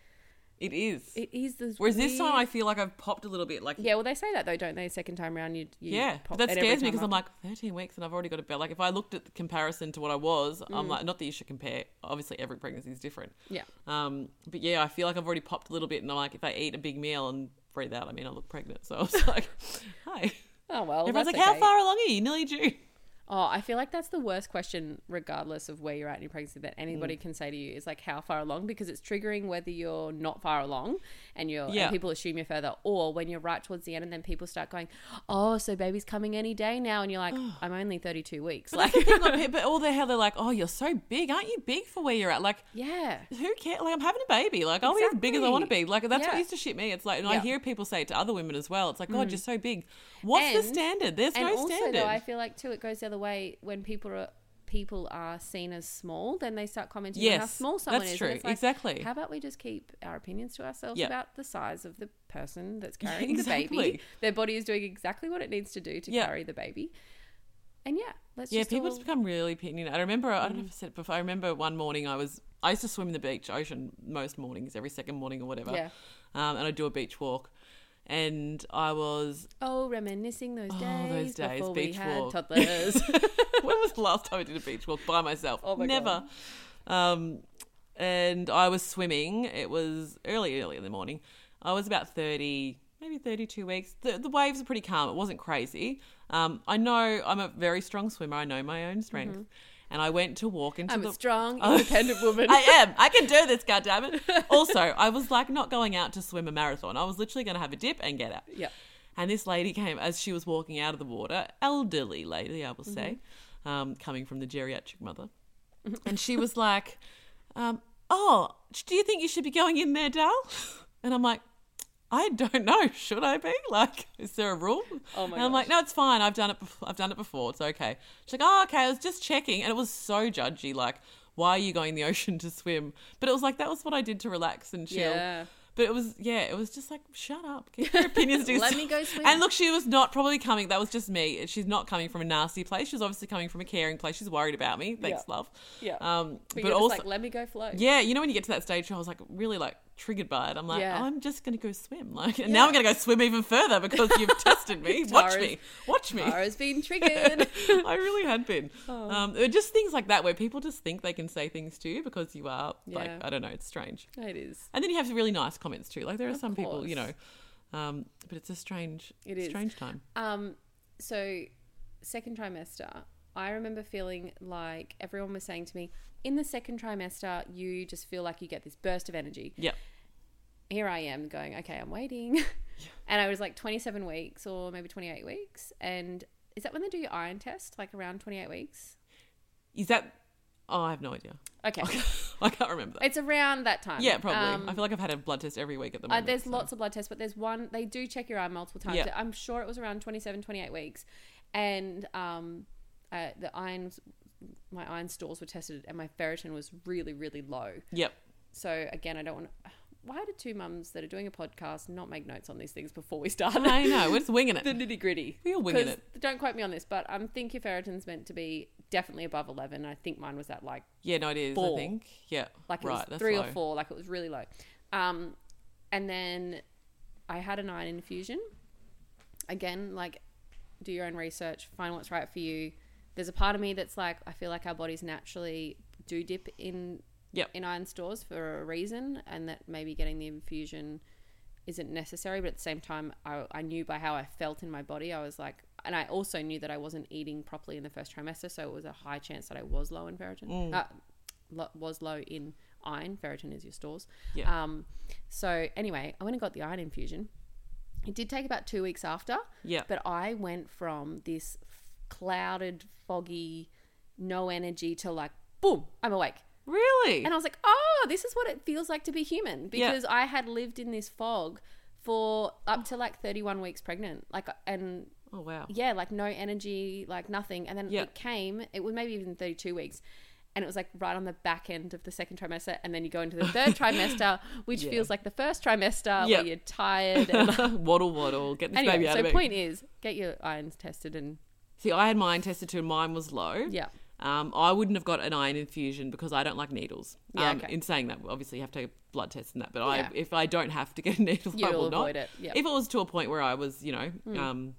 Speaker 1: it is.
Speaker 2: it is this.
Speaker 1: Whereas this time
Speaker 2: weird-
Speaker 1: I feel like I've popped a little bit. Like, yeah,
Speaker 2: Yeah, well, they say that though, don't they? Second time round, you, you
Speaker 1: but
Speaker 2: pop
Speaker 1: that
Speaker 2: it every
Speaker 1: scares me
Speaker 2: time
Speaker 1: because I'm
Speaker 2: up.
Speaker 1: like 13 weeks and I've already got a belly. Like, if I looked at the comparison to what I was, I'm like, not that you should compare. Obviously, every pregnancy is different.
Speaker 2: Mm. yeah,
Speaker 1: Um, but yeah, I feel like I've already popped a little bit, and I'm like, if I eat a big meal and breathe out, I mean, I look pregnant. So I was like, hi.
Speaker 2: oh well,
Speaker 1: Everyone's
Speaker 2: that's
Speaker 1: like, how
Speaker 2: okay.
Speaker 1: far along are you? Nearly due.
Speaker 2: Oh, I feel like that's the worst question, regardless of where you're at in your pregnancy, that
Speaker 1: Mm.
Speaker 2: anybody can say to you is like, how far along? Because it's triggering whether you're not far along and you're,
Speaker 1: Yeah.
Speaker 2: and people assume you're further, or when you're right towards the end and then people start going, oh, so baby's coming any day now. And you're like, I'm only 32 weeks.
Speaker 1: But
Speaker 2: like,
Speaker 1: that's the thing, like, but all the hell they're like, oh, you're so big, aren't you big for where you're at? Like,
Speaker 2: yeah.
Speaker 1: who cares? Like, I'm having a baby. Like, I'll be as big as I want to
Speaker 2: Exactly.
Speaker 1: be. Like, that's what
Speaker 2: Yeah.
Speaker 1: used to shit me. It's like, and I
Speaker 2: Yeah. Mm.
Speaker 1: hear people say it to other women as well. It's like, God, you're so big. What's the
Speaker 2: And-
Speaker 1: standard? There's
Speaker 2: and
Speaker 1: no
Speaker 2: also
Speaker 1: standard.
Speaker 2: though i feel like too it goes the other way when people are people are seen as small then they start commenting on how
Speaker 1: Yes,
Speaker 2: small someone
Speaker 1: that's
Speaker 2: is
Speaker 1: true.
Speaker 2: And it's like,
Speaker 1: Exactly.
Speaker 2: how about we just keep our opinions to ourselves
Speaker 1: Yeah.
Speaker 2: about the size of the person that's carrying the
Speaker 1: exactly.
Speaker 2: baby their body is doing exactly what it needs to do to
Speaker 1: Yeah.
Speaker 2: carry the baby and yeah let's
Speaker 1: yeah,
Speaker 2: just
Speaker 1: people
Speaker 2: all-
Speaker 1: just become really opinionated. I remember, I
Speaker 2: Mm.
Speaker 1: don't know if I said it before, I remember one morning I was, I used to swim in the beach ocean most mornings, every second morning or whatever.
Speaker 2: Yeah.
Speaker 1: Um, and I do a beach walk. And I was,
Speaker 2: oh reminiscing those days
Speaker 1: Oh, those days,
Speaker 2: before we
Speaker 1: beach
Speaker 2: had
Speaker 1: walk.
Speaker 2: toddlers
Speaker 1: when was the last time I did a beach walk by myself?
Speaker 2: Oh my
Speaker 1: Never. Um, and I was swimming. It was early, early in the morning. I was about 30, maybe 32 weeks. The, the waves are pretty calm. It wasn't crazy. Um, I know I'm a very strong swimmer. I know my own strength. And I went to walk into
Speaker 2: Mm-hmm. i'm
Speaker 1: the. Oh.
Speaker 2: a strong independent woman
Speaker 1: I am. I can do this, goddammit. Also, I was like not going out to swim a marathon. I was literally going to have a dip and get out.
Speaker 2: yeah
Speaker 1: And this lady came as she was walking out of the water, elderly lady, I will say, um, coming from the geriatric mother.
Speaker 2: Mm-hmm.
Speaker 1: And she was like, um, Oh, do you think you should be going in there, Dal? And I'm like, I don't know. Should I be like? Is there a rule?
Speaker 2: Oh my
Speaker 1: And I'm like, no, it's fine. I've done it. Bef- I've done it before. It's okay. She's like, oh, okay. I was just checking, and it was so judgy. Like, why are you going in the ocean to swim? But it was like that was what I did to relax and chill.
Speaker 2: Yeah.
Speaker 1: But it was yeah, it was just like shut up. Keep your opinions to
Speaker 2: Let
Speaker 1: yourself.
Speaker 2: me go swim.
Speaker 1: And look, she was not probably coming. That was just me. She's not coming from a nasty place. She's obviously coming from a caring place. She's worried about me. Thanks,
Speaker 2: Yeah.
Speaker 1: love.
Speaker 2: Yeah.
Speaker 1: Um,
Speaker 2: but,
Speaker 1: but,
Speaker 2: you're
Speaker 1: also
Speaker 2: just like let me go float
Speaker 1: yeah, you know when you get to that stage, where I was like really like triggered by it. I'm like,
Speaker 2: Yeah.
Speaker 1: I'm just gonna go swim. Like, and now I'm gonna go swim even further because you've tested me. Watch me, watch me.
Speaker 2: has been triggered
Speaker 1: I really had been.
Speaker 2: Oh.
Speaker 1: Um, it- just things like that where people just think they can say things to you because you are like
Speaker 2: Yeah.
Speaker 1: I don't know, it's strange.
Speaker 2: it is
Speaker 1: And then you have really nice comments too. Like there are
Speaker 2: Of
Speaker 1: some people, you know,
Speaker 2: course.
Speaker 1: um, but it's a strange,
Speaker 2: It is.
Speaker 1: strange time.
Speaker 2: Um, so second trimester, I remember feeling like everyone was saying to me, in the second trimester, you just feel like you get this burst of energy.
Speaker 1: Yeah,
Speaker 2: Here I am going, okay, I'm waiting. And I was like 27 weeks or maybe 28 weeks. And is that when they do your iron test, like around 28 weeks?
Speaker 1: is that? Oh, I have no idea.
Speaker 2: Okay.
Speaker 1: I can't remember that.
Speaker 2: It's around that time.
Speaker 1: Yeah, probably.
Speaker 2: Um,
Speaker 1: I feel like I've had a blood test every week at the
Speaker 2: Uh,
Speaker 1: moment.
Speaker 2: there's
Speaker 1: so-
Speaker 2: lots of blood tests, but there's one they do check your iron multiple times.
Speaker 1: Yeah.
Speaker 2: I'm sure it was around 27, 28 weeks, and um, uh, the irons, my iron stores were tested, and my ferritin was really, really low.
Speaker 1: Yep.
Speaker 2: So again, I don't want. why do two mums that are doing a podcast not make notes on these things before we start?
Speaker 1: I know, we're just winging
Speaker 2: the
Speaker 1: it.
Speaker 2: nitty gritty.
Speaker 1: We are winging it.
Speaker 2: Don't quote me on this, but I um, think your ferritin's meant to be definitely above 11. I think mine was at like
Speaker 1: Yeah, no, it is,
Speaker 2: Four.
Speaker 1: I think. Yeah.
Speaker 2: like it
Speaker 1: right,
Speaker 2: was
Speaker 1: that's
Speaker 2: three or
Speaker 1: low.
Speaker 2: four, like it was really low. Um, and then I had an iron infusion. Again, like do your own research, find what's right for you. There's a part of me that's like, I feel like our bodies naturally do dip in
Speaker 1: Yep.
Speaker 2: in iron stores for a reason, and that maybe getting the infusion isn't necessary. But at the same time, I, I knew by how I felt in my body, I was like, and I also knew that I wasn't eating properly in the first trimester, so it was a high chance that I was low in ferritin,
Speaker 1: Mm.
Speaker 2: uh, lo- was low in iron. Ferritin is your stores.
Speaker 1: Yeah.
Speaker 2: Um, so anyway, I went and got the iron infusion. It did take about two weeks after.
Speaker 1: Yeah.
Speaker 2: But I went from this clouded, foggy, no energy to like, boom, I'm awake.
Speaker 1: Really?
Speaker 2: And I was like, oh, this is what it feels like to be human
Speaker 1: Yeah.
Speaker 2: because I had lived in this fog for up to like 31 weeks pregnant. Like, and
Speaker 1: oh wow.
Speaker 2: yeah, like no energy, like nothing. And then
Speaker 1: Yeah.
Speaker 2: it came, it was maybe even 32 weeks. And it was like right on the back end of the second trimester. And then you go into the third trimester, which
Speaker 1: Yeah.
Speaker 2: feels like the first trimester
Speaker 1: Yeah.
Speaker 2: where you're tired. And
Speaker 1: waddle waddle. Get this baby
Speaker 2: anyway,
Speaker 1: out
Speaker 2: so
Speaker 1: of me.
Speaker 2: point is, get your irons tested and
Speaker 1: See, I had mine tested too. Mine was low.
Speaker 2: yeah.
Speaker 1: Um, I wouldn't have got an iron infusion because I don't like needles.
Speaker 2: Yeah,
Speaker 1: um,
Speaker 2: okay.
Speaker 1: In saying that, obviously you have to take a blood test and that. But
Speaker 2: Yeah.
Speaker 1: I, if I don't have to get a needle, I
Speaker 2: You'll
Speaker 1: will not.
Speaker 2: avoid it, yeah. Hmm.
Speaker 1: If it was to a point where I was, you know, um,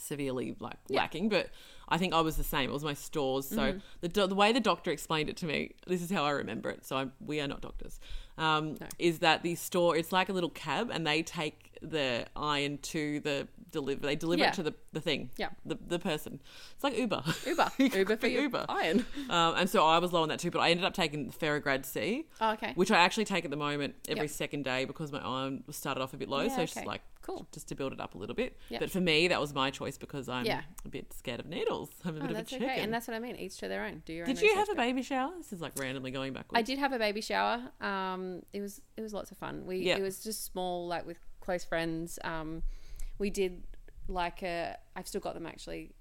Speaker 1: severely like lacking, but I think I was the same. It was my stores. So
Speaker 2: Mm-hmm.
Speaker 1: the do- the way the doctor explained it to me, this is how I remember it. So i we are not doctors. Um,
Speaker 2: No.
Speaker 1: Is that the store? It's like a little cab, and they take the iron to the deliver. They deliver
Speaker 2: Yeah.
Speaker 1: it to the, the thing.
Speaker 2: Yeah.
Speaker 1: The the person. It's like Uber.
Speaker 2: Uber.
Speaker 1: You
Speaker 2: Uber
Speaker 1: could
Speaker 2: for your
Speaker 1: Uber.
Speaker 2: iron.
Speaker 1: Um, and so I was low on that too, but I ended up taking the Ferrograd C,
Speaker 2: Oh, okay.
Speaker 1: which I actually take at the moment every
Speaker 2: Yep.
Speaker 1: second day because my iron was started off a bit low.
Speaker 2: Yeah,
Speaker 1: so just
Speaker 2: okay.
Speaker 1: like,
Speaker 2: Cool.
Speaker 1: Just to build it up a little bit.
Speaker 2: Yep.
Speaker 1: But for me, that was my choice because I'm
Speaker 2: Yeah.
Speaker 1: a bit scared of needles. I'm a bit
Speaker 2: oh,
Speaker 1: of a
Speaker 2: that's
Speaker 1: chicken.
Speaker 2: okay. And that's what I mean. Each to their own. Do your own.
Speaker 1: Did you have
Speaker 2: research,
Speaker 1: a
Speaker 2: but-
Speaker 1: baby shower? This is like randomly going backwards.
Speaker 2: I did have a baby shower. Um, it was it was lots of fun. We
Speaker 1: Yeah.
Speaker 2: it was just small, like with close friends. Um, we did like a. I've still got them actually.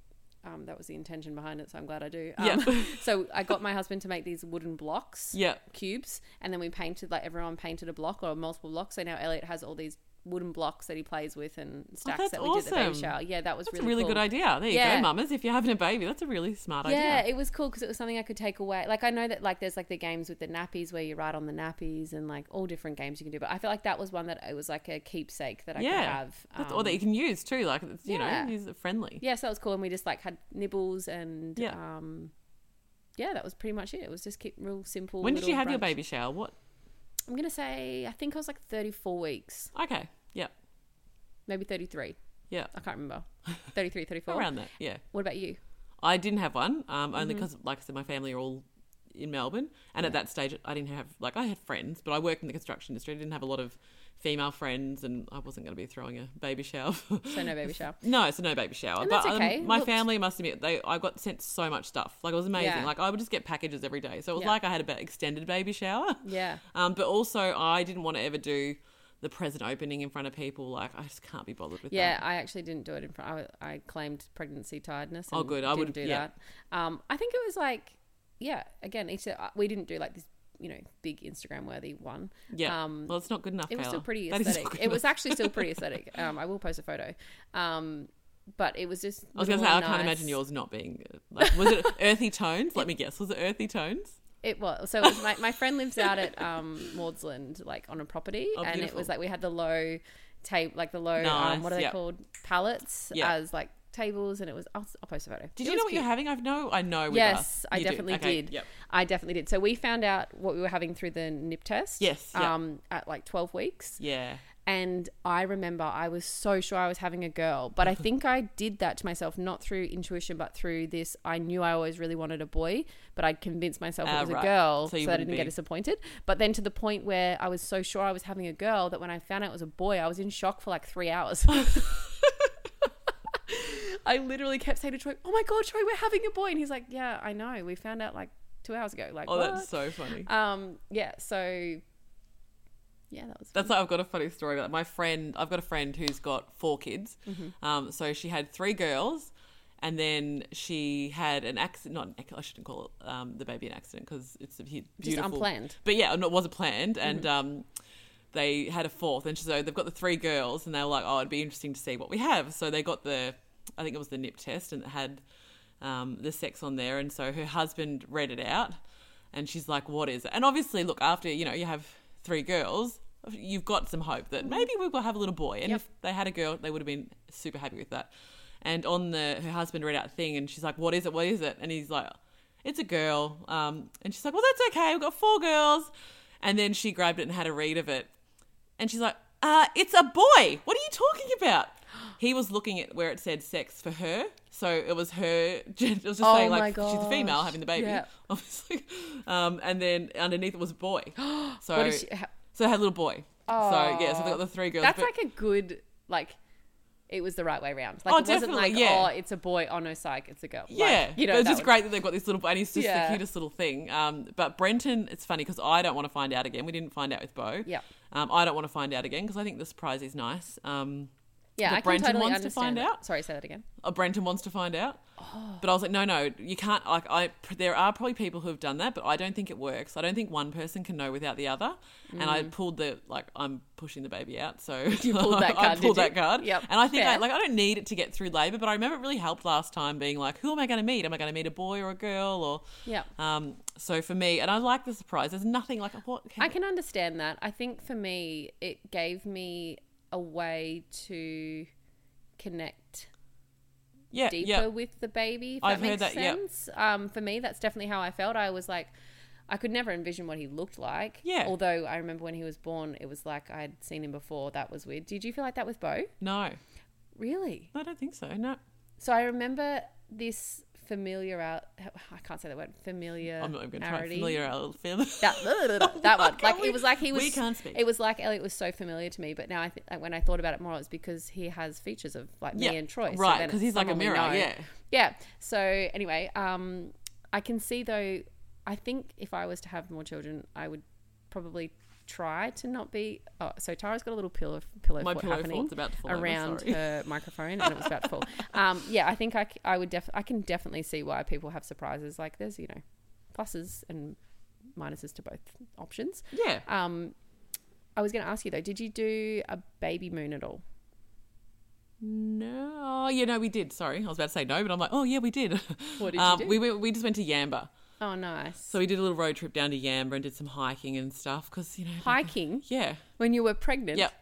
Speaker 2: Um, that was the intention behind it, so I'm glad I do. Um,
Speaker 1: Yeah.
Speaker 2: so I got my husband to make these wooden blocks,
Speaker 1: Yeah.
Speaker 2: cubes, and then we painted like everyone painted a block or multiple blocks. So now Elliot has all these wooden blocks that he plays with and stacks
Speaker 1: Oh, that's
Speaker 2: that we did at the baby
Speaker 1: awesome.
Speaker 2: shower. Yeah, that was
Speaker 1: That's
Speaker 2: really
Speaker 1: a really
Speaker 2: cool.
Speaker 1: good idea. There you
Speaker 2: Yeah.
Speaker 1: go, mamas. If you're having a baby, that's a really smart
Speaker 2: Yeah,
Speaker 1: idea.
Speaker 2: it was cool because it was something I could take away. Like I know that like there's like the games with the nappies where you ride on the nappies and like all different games you can do. But I feel like that was one that it was like a keepsake that I could
Speaker 1: Yeah.
Speaker 2: have.
Speaker 1: That's,
Speaker 2: um,
Speaker 1: or that you can use too. Like, it's, you
Speaker 2: Yeah.
Speaker 1: know, use it friendly.
Speaker 2: yeah, so that was cool, and we just like had nibbles and
Speaker 1: Yeah.
Speaker 2: um, yeah, that was pretty much it. It was just keep real simple.
Speaker 1: When did you
Speaker 2: little
Speaker 1: have your
Speaker 2: brunch.
Speaker 1: baby shower? What?
Speaker 2: I'm gonna say I think I was like 34 weeks,
Speaker 1: Okay. Yeah.
Speaker 2: maybe 33.
Speaker 1: Yeah.
Speaker 2: I can't remember. 33, 34.
Speaker 1: Around that. Yeah.
Speaker 2: What about you?
Speaker 1: I didn't have one, um, only
Speaker 2: Mm-hmm.
Speaker 1: because, like I said, my family are all in Melbourne, and at that stage, I didn't have like I had friends, but I worked in the construction industry. I didn't have a lot of female friends, and I wasn't going to be throwing a baby shower.
Speaker 2: So no baby shower.
Speaker 1: no, so no baby shower.
Speaker 2: And
Speaker 1: but
Speaker 2: that's
Speaker 1: um,
Speaker 2: okay.
Speaker 1: my
Speaker 2: Look-
Speaker 1: family must admit they I got sent so much stuff. Like it was amazing.
Speaker 2: Yeah.
Speaker 1: Like I would just get packages every day, so it was
Speaker 2: Yeah.
Speaker 1: like I had a ba- extended baby shower.
Speaker 2: Yeah.
Speaker 1: Um, but also, I didn't want to ever do the present opening in front of people. Like I just can't be bothered with
Speaker 2: Yeah,
Speaker 1: that.
Speaker 2: I actually didn't do it in front. I, I claimed pregnancy tiredness.
Speaker 1: Oh,
Speaker 2: and
Speaker 1: good. I
Speaker 2: didn't
Speaker 1: would've-
Speaker 2: do
Speaker 1: yeah.
Speaker 2: that. Um, I think it was like, yeah. Again, each uh, we didn't do like this, you know, big Instagram worthy one.
Speaker 1: Yeah.
Speaker 2: Um,
Speaker 1: well, it's not good enough.
Speaker 2: it was still
Speaker 1: Kayla.
Speaker 2: pretty
Speaker 1: That is not
Speaker 2: aesthetic.
Speaker 1: good
Speaker 2: It was
Speaker 1: enough.
Speaker 2: actually still pretty aesthetic. Um, I will post a photo. Um, but it was just.
Speaker 1: I was going to
Speaker 2: little
Speaker 1: say, I
Speaker 2: and
Speaker 1: can't
Speaker 2: nice.
Speaker 1: imagine yours not being. Like, was it earthy tones? Let me guess. Was it earthy tones?
Speaker 2: It was so. It was my, my friend lives out at um, Maudslin, like on a property,
Speaker 1: Oh,
Speaker 2: and it
Speaker 1: beautiful.
Speaker 2: was like we had the low tape, like the low. um,
Speaker 1: Nice,
Speaker 2: what are they
Speaker 1: yeah.
Speaker 2: called? Pallets
Speaker 1: Yeah.
Speaker 2: as like tables, and it was. I'll, I'll post a photo.
Speaker 1: Did
Speaker 2: It
Speaker 1: you
Speaker 2: was
Speaker 1: know what
Speaker 2: cute.
Speaker 1: you're having? I know. I know. With
Speaker 2: Yes,
Speaker 1: us.
Speaker 2: I
Speaker 1: You do.
Speaker 2: definitely
Speaker 1: Okay,
Speaker 2: did.
Speaker 1: Yep.
Speaker 2: I definitely did. So we found out what we were having through the nip test.
Speaker 1: Yes, yeah.
Speaker 2: Um, at like twelve weeks,
Speaker 1: Yeah.
Speaker 2: and I remember I was so sure I was having a girl, but I think I did that to myself not through intuition, but through this. I knew I always really wanted a boy, but I'd convinced myself it
Speaker 1: Ah,
Speaker 2: was a
Speaker 1: right.
Speaker 2: girl,
Speaker 1: So
Speaker 2: so,
Speaker 1: you
Speaker 2: I
Speaker 1: wouldn't
Speaker 2: didn't get
Speaker 1: be-
Speaker 2: disappointed. But then to the point where I was so sure I was having a girl that when I found out it was a boy, I was in shock for like three hours. I literally kept saying to Troy, "Oh my god, Troy, we're having a boy," and he's like, "Yeah, I know. We found out like two hours ago." Like,
Speaker 1: Oh,
Speaker 2: what?
Speaker 1: that's so funny.
Speaker 2: um, yeah. So, yeah, that was
Speaker 1: That's like I've got a funny story about that. my friend. I've got a friend who's got four kids.
Speaker 2: Mm-hmm.
Speaker 1: Um, so she had three girls, and then she had an accident. Not an, acc- I shouldn't call it um, the baby an accident because it's a hu- beautiful.
Speaker 2: unplanned.
Speaker 1: But yeah, no, it was planned, and um, they had a fourth, and so they've got the three girls, and they were like, "Oh, it'd be interesting to see what we have." So they got the, I think it was the nip test, and it had um, the sex on there, and so her husband read it out, and she's like, "What is it?" And obviously, look after you know you have three girls, you've got some hope that maybe we will have a little boy, and
Speaker 2: Yep.
Speaker 1: if they had a girl, they would have been super happy with that. And on the her husband read out thing, and she's like, "What is it? What is it?" And he's like, "It's a girl," um, and she's like, "Well, that's okay. We've got four girls." And then she grabbed it and had a read of it, and she's like, uh, it's a boy. What are you talking about? He was looking at where it said sex for her. So it was her. It was just
Speaker 2: Oh
Speaker 1: saying, like,
Speaker 2: my
Speaker 1: she's a female
Speaker 2: gosh.
Speaker 1: having the baby,
Speaker 2: Yeah.
Speaker 1: obviously. Um, and then underneath it was boy. So,
Speaker 2: What is she- ha-
Speaker 1: so they had a little boy. So, yeah, so they got the three girls.
Speaker 2: That's
Speaker 1: but-
Speaker 2: like a good like. It was the right way round. Like
Speaker 1: Oh,
Speaker 2: it wasn't
Speaker 1: definitely,
Speaker 2: like
Speaker 1: yeah.
Speaker 2: oh, it's a boy. Oh no, psych, it's a girl. Like,
Speaker 1: Yeah,
Speaker 2: you know,
Speaker 1: but it's
Speaker 2: that
Speaker 1: just
Speaker 2: was-
Speaker 1: great that they've got this little, and he's just
Speaker 2: Yeah.
Speaker 1: the cutest little thing. Um, but Brenton, it's funny because I don't want to find out again. We didn't find out with Bo.
Speaker 2: Yeah.
Speaker 1: um, I don't want to find out again because I think the surprise is nice. Um,
Speaker 2: Yeah,
Speaker 1: that
Speaker 2: I can
Speaker 1: Brenton
Speaker 2: totally
Speaker 1: wants to
Speaker 2: understand
Speaker 1: find
Speaker 2: that.
Speaker 1: out?
Speaker 2: Sorry, say that again.
Speaker 1: oh, Brenton wants to find out.
Speaker 2: Oh.
Speaker 1: But I was like, no, no, you can't. Like, I there are probably people who have done that, but I don't think it works. I don't think one person can know without the other. And I pulled the like, I'm pushing the baby out, so you
Speaker 2: Mm. pulled that
Speaker 1: I
Speaker 2: card,
Speaker 1: pulled
Speaker 2: did
Speaker 1: that
Speaker 2: you?
Speaker 1: card.
Speaker 2: Yep.
Speaker 1: And I think I,
Speaker 2: Fair.
Speaker 1: like I don't need it to get through labour, but I remember it really helped last time being like, who am I going to meet? Am I going to meet a boy or a girl? Or
Speaker 2: Yeah.
Speaker 1: Um. So for me, and I like the surprise. There's nothing like what.
Speaker 2: I can understand that. I think for me, it gave me a way to connect
Speaker 1: yeah.
Speaker 2: deeper
Speaker 1: Yeah.
Speaker 2: with the baby. If
Speaker 1: I've
Speaker 2: that
Speaker 1: heard
Speaker 2: makes
Speaker 1: that, yeah.
Speaker 2: sense. Um, for me, that's definitely how I felt. I was like, I could never envision what he looked like.
Speaker 1: Yeah.
Speaker 2: Although I remember when he was born, it was like I'd seen him before. That was weird. Did you feel like that with Bo?
Speaker 1: No,
Speaker 2: Really?
Speaker 1: I don't think so. No,
Speaker 2: So I remember this familiar. I can't say that word. Familiar.
Speaker 1: I'm not even going to try and familiar our film.
Speaker 2: that that one.
Speaker 1: can't
Speaker 2: Like
Speaker 1: we-
Speaker 2: it was like he was.
Speaker 1: we can't speak.
Speaker 2: It was like Elliot was so familiar to me, but now I think like, when I thought about it more, it was because he has features of like
Speaker 1: Yeah,
Speaker 2: me and Troy, So
Speaker 1: right,
Speaker 2: then
Speaker 1: 'cause
Speaker 2: it's
Speaker 1: he's like a
Speaker 2: someone we
Speaker 1: mirror,
Speaker 2: know.
Speaker 1: yeah.
Speaker 2: yeah. So anyway, um, I can see though. I think if I was to have more children, I would probably try to not be. Oh, so Tara's got a little pillow pillow
Speaker 1: My
Speaker 2: fort
Speaker 1: pillow
Speaker 2: happening
Speaker 1: fort's about to fall over,
Speaker 2: around
Speaker 1: sorry.
Speaker 2: her microphone, and it was about to fall. Um, yeah, I think I, c- I would def- I can definitely see why people have surprises. Like there's you know pluses and minuses to both options.
Speaker 1: yeah.
Speaker 2: Um, I was going to ask you though, did you do a baby moon at all?
Speaker 1: No, oh, yeah, no, we did. Sorry, I was about to say no, but I'm like, oh yeah, we did. Um,
Speaker 2: What did you do?
Speaker 1: We went, we just went to Yamba,
Speaker 2: Oh, nice.
Speaker 1: so we did a little road trip down to Yamba and did some hiking and stuff because you know,
Speaker 2: Hiking
Speaker 1: yeah,
Speaker 2: when you were pregnant.
Speaker 1: yep,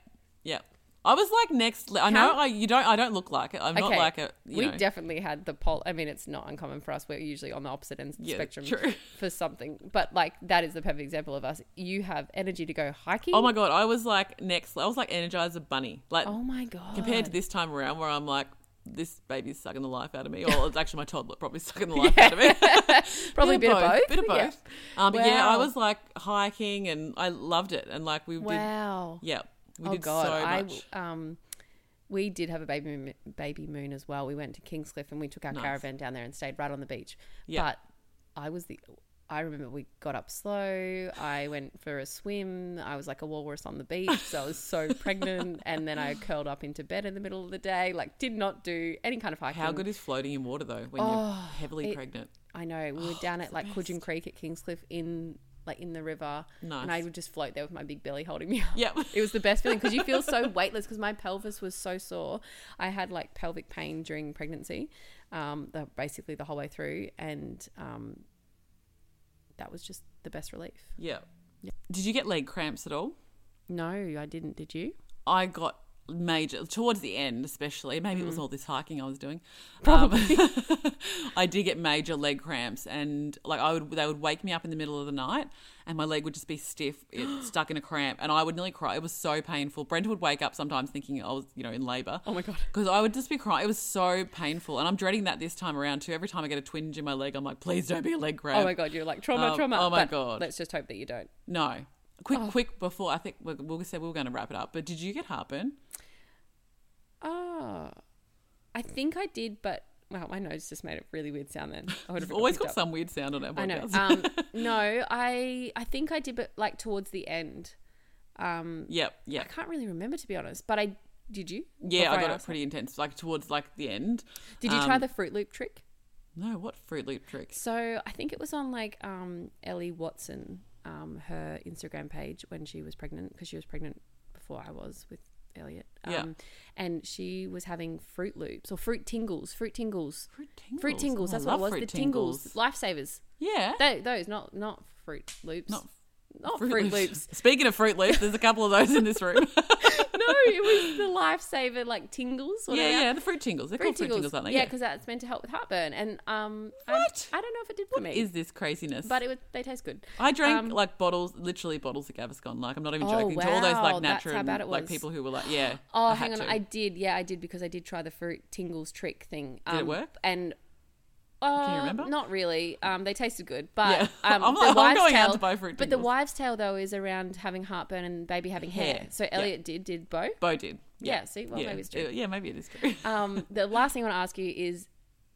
Speaker 1: yep. I was like next. Le- I know
Speaker 2: How-
Speaker 1: I you don't. I don't look like it. I'm not like a. You
Speaker 2: we
Speaker 1: know,
Speaker 2: definitely had the pole. I mean, it's not uncommon for us. We're usually on the opposite end of the
Speaker 1: Yeah,
Speaker 2: spectrum
Speaker 1: true.
Speaker 2: for something. But like that is the perfect example of us. You have energy to go hiking.
Speaker 1: oh my god, I was like next. le- I was like Energizer Bunny, like
Speaker 2: Oh my god.
Speaker 1: compared to this time around where I'm like. This baby's sucking the life out of me, or it's actually my toddler probably sucking the life out of me.
Speaker 2: probably a bit of both.
Speaker 1: Bit of both.
Speaker 2: Yeah.
Speaker 1: Um, but yeah, I
Speaker 2: Wow.
Speaker 1: was like hiking and I loved it. And like we did,
Speaker 2: Wow.
Speaker 1: yeah, we
Speaker 2: oh
Speaker 1: did
Speaker 2: god.
Speaker 1: so
Speaker 2: I
Speaker 1: much.
Speaker 2: um. We did have a baby moon, baby moon as well. We went to Kingscliff and we took our
Speaker 1: Nice.
Speaker 2: caravan down there and stayed right on the beach.
Speaker 1: Yeah.
Speaker 2: But I was the I remember we got up slow. I went for a swim. I was like a walrus on the beach. So I was so pregnant and then I curled up into bed in the middle of the day. Like did not do any kind of hiking.
Speaker 1: How good is floating in water though when you're heavily
Speaker 2: Mm. Oh, it-
Speaker 1: pregnant?
Speaker 2: I know.
Speaker 1: Oh,
Speaker 2: We were down at like Coogin Creek at Kingscliff in like in the river.
Speaker 1: Nice.
Speaker 2: And I would just float there with my big belly holding me up.
Speaker 1: Yep.
Speaker 2: It was the best feeling because you feel so weightless because my pelvis was so sore. I had like pelvic pain during pregnancy, um, the, basically the whole way through. And um, that was just the best relief.
Speaker 1: Yeah. Did you get leg cramps at all?
Speaker 2: No, I didn't. Did you?
Speaker 1: I got major towards the end, especially. Maybe it was all this hiking I was doing.
Speaker 2: Mm. Probably.
Speaker 1: Um, I did get major leg cramps, and like I would, they would wake me up in the middle of the night, and my leg would just be stiff, it, stuck in a cramp, and I would nearly cry. It was so painful. Brent would wake up sometimes thinking I was, you know, in labour.
Speaker 2: Oh my God.
Speaker 1: Because I would just be crying. It was so painful, and I'm dreading that this time around too. Every time I get a twinge in my leg, I'm like, please don't be a leg cramp.
Speaker 2: Oh my God. You're like trauma,
Speaker 1: Um,
Speaker 2: trauma.
Speaker 1: oh my
Speaker 2: But
Speaker 1: God.
Speaker 2: Let's just hope that you don't.
Speaker 1: No. Quick,
Speaker 2: Oh.
Speaker 1: quick! Before I think we we said we were going to wrap it up, but did you get heartburn?
Speaker 2: Oh, I think I did, but wow, my nose just made a really weird sound then. I would
Speaker 1: We've
Speaker 2: have
Speaker 1: always
Speaker 2: picked
Speaker 1: got
Speaker 2: up.
Speaker 1: some weird sound on our podcast.
Speaker 2: I know. Um, no, I I think I did, but like towards the end, um,
Speaker 1: Yep,
Speaker 2: I
Speaker 1: yep.
Speaker 2: can't really remember to be honest. But I did you?
Speaker 1: Yeah,
Speaker 2: Before
Speaker 1: I got it
Speaker 2: asked?
Speaker 1: pretty intense, like towards like the end.
Speaker 2: Did you try
Speaker 1: um,
Speaker 2: the Fruit Loop trick?
Speaker 1: No, what Fruit Loop tricks?
Speaker 2: So I think it was on like um, Ellie Watson um, her Instagram page when she was pregnant because she was pregnant before I was with Elliot. Um,
Speaker 1: Yeah.
Speaker 2: And she was having Fruit Loops or Fruit Tingles, Fruit Tingles,
Speaker 1: Fruit tingles.
Speaker 2: Fruit Tingles.
Speaker 1: Oh, I
Speaker 2: that's what it
Speaker 1: love
Speaker 2: was.
Speaker 1: Fruit
Speaker 2: the tingles. lifesavers.
Speaker 1: Yeah.
Speaker 2: Tho- those, not not Fruit Loops.
Speaker 1: Not
Speaker 2: not Fruit Loops. Oh,
Speaker 1: Speaking of Fruit Loops, there's a couple of those in this room.
Speaker 2: no, it was the lifesaver like tingles.
Speaker 1: yeah,
Speaker 2: Whatever.
Speaker 1: yeah, the fruit tingles. They're
Speaker 2: Fruit
Speaker 1: called fruit
Speaker 2: tingles.
Speaker 1: tingles, aren't they?
Speaker 2: yeah, because that's meant to help with heartburn. And um,
Speaker 1: What?
Speaker 2: I, I don't know if it did for me,
Speaker 1: is this craziness?
Speaker 2: but it would, they taste good.
Speaker 1: I drank
Speaker 2: um,
Speaker 1: like bottles, literally bottles of Gaviscon. Like I'm not even
Speaker 2: Oh,
Speaker 1: joking. to all those
Speaker 2: wow,
Speaker 1: like
Speaker 2: that's how
Speaker 1: natural,
Speaker 2: bad it
Speaker 1: like
Speaker 2: was.
Speaker 1: people who were like, yeah.
Speaker 2: Oh,
Speaker 1: I
Speaker 2: hang on,
Speaker 1: had to.
Speaker 2: I did. Yeah, I did because I did try the fruit tingles trick thing. Um,
Speaker 1: it work?
Speaker 2: And. Uh,
Speaker 1: Can you remember?
Speaker 2: Not really. Um, they tasted good, but
Speaker 1: Yeah.
Speaker 2: um,
Speaker 1: I'm
Speaker 2: the
Speaker 1: like, I'm
Speaker 2: wives'
Speaker 1: going out
Speaker 2: tale,
Speaker 1: to buy fruit
Speaker 2: But the
Speaker 1: tingles.
Speaker 2: wives' tale though is around having heartburn and baby having hair.
Speaker 1: Hair.
Speaker 2: So
Speaker 1: Yeah.
Speaker 2: Elliot did did both.
Speaker 1: Bo did.
Speaker 2: Yeah, see, well, maybe it's true.
Speaker 1: Yeah, maybe it is true.
Speaker 2: Um, the last thing I want to ask you is,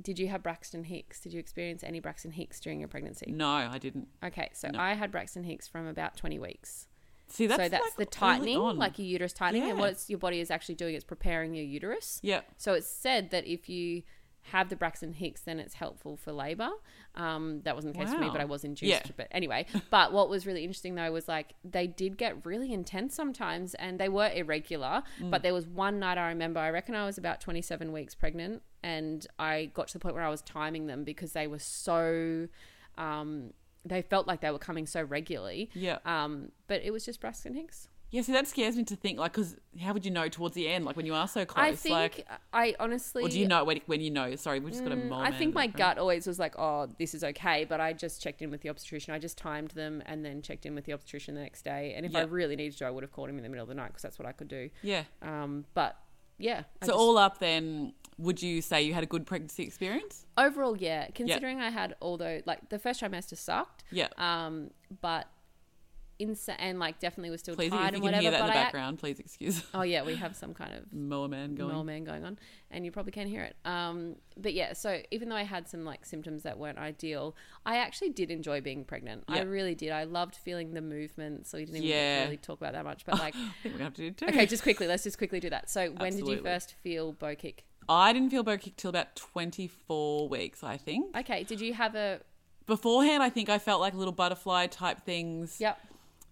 Speaker 2: did you have Braxton Hicks? Did you experience any Braxton Hicks during your pregnancy?
Speaker 1: no, I didn't.
Speaker 2: Okay, so I had Braxton Hicks from about 20 weeks.
Speaker 1: See, that's
Speaker 2: so that's
Speaker 1: like,
Speaker 2: the
Speaker 1: early
Speaker 2: tightening,
Speaker 1: on.
Speaker 2: like your uterus tightening, and
Speaker 1: Yeah.
Speaker 2: what it's, your body is actually doing is preparing your uterus.
Speaker 1: yeah,
Speaker 2: So it's said that if you have the Braxton Hicks, then it's helpful for labor. Um, that wasn't the case for me,
Speaker 1: Wow.
Speaker 2: but I was induced.
Speaker 1: Yeah.
Speaker 2: But anyway, but what was really interesting though was like they did get really intense sometimes, and they were irregular.
Speaker 1: Mm.
Speaker 2: But there was one night I remember. I reckon I was about twenty-seven weeks pregnant, and I got to the point where I was timing them because they were so. Um, they felt like they were coming so regularly.
Speaker 1: yeah,
Speaker 2: Um, but it was just Braxton Hicks.
Speaker 1: yeah. See, that scares me to think, like, because how would you know towards the end, like when you are so close,
Speaker 2: I think
Speaker 1: like,
Speaker 2: I honestly.
Speaker 1: or do you know when, when you know? Sorry, we just got a
Speaker 2: Mm, I
Speaker 1: moment.
Speaker 2: think my gut always was like, oh, this is okay. But I just checked in with the obstetrician. I just timed them and then checked in with the obstetrician the next day. And if I
Speaker 1: Yeah.
Speaker 2: really needed to, I would have called him in the middle of the night because that's what I could do.
Speaker 1: Yeah.
Speaker 2: Um, but yeah. I
Speaker 1: So
Speaker 2: just-
Speaker 1: all up, then, would you say you had a good pregnancy experience?
Speaker 2: overall, yeah. Considering I had all those, like the first trimester sucked.
Speaker 1: Yeah.
Speaker 2: Um, but insa- and like definitely was still
Speaker 1: Please, if you
Speaker 2: tired
Speaker 1: can
Speaker 2: and whatever.
Speaker 1: hear that in
Speaker 2: but
Speaker 1: the
Speaker 2: I ac-
Speaker 1: background, please excuse
Speaker 2: oh yeah, we have some kind of
Speaker 1: mower man going.
Speaker 2: Mole man going on, and you probably can hear it. Um, but yeah, so even though I had some like symptoms that weren't ideal, I actually did enjoy being pregnant. I
Speaker 1: Yeah.
Speaker 2: really did. I loved feeling the movement. So we didn't even
Speaker 1: Yeah.
Speaker 2: really talk about that much, but like,
Speaker 1: I think we're gonna have to do two.
Speaker 2: Mm. okay, just quickly, let's just quickly do that. So when did you
Speaker 1: Absolutely.
Speaker 2: first feel bow kick?
Speaker 1: I didn't feel bow kick till about 24 weeks, I think.
Speaker 2: Okay, did you have a
Speaker 1: Beforehand, I think I felt like little butterfly type things.
Speaker 2: yep?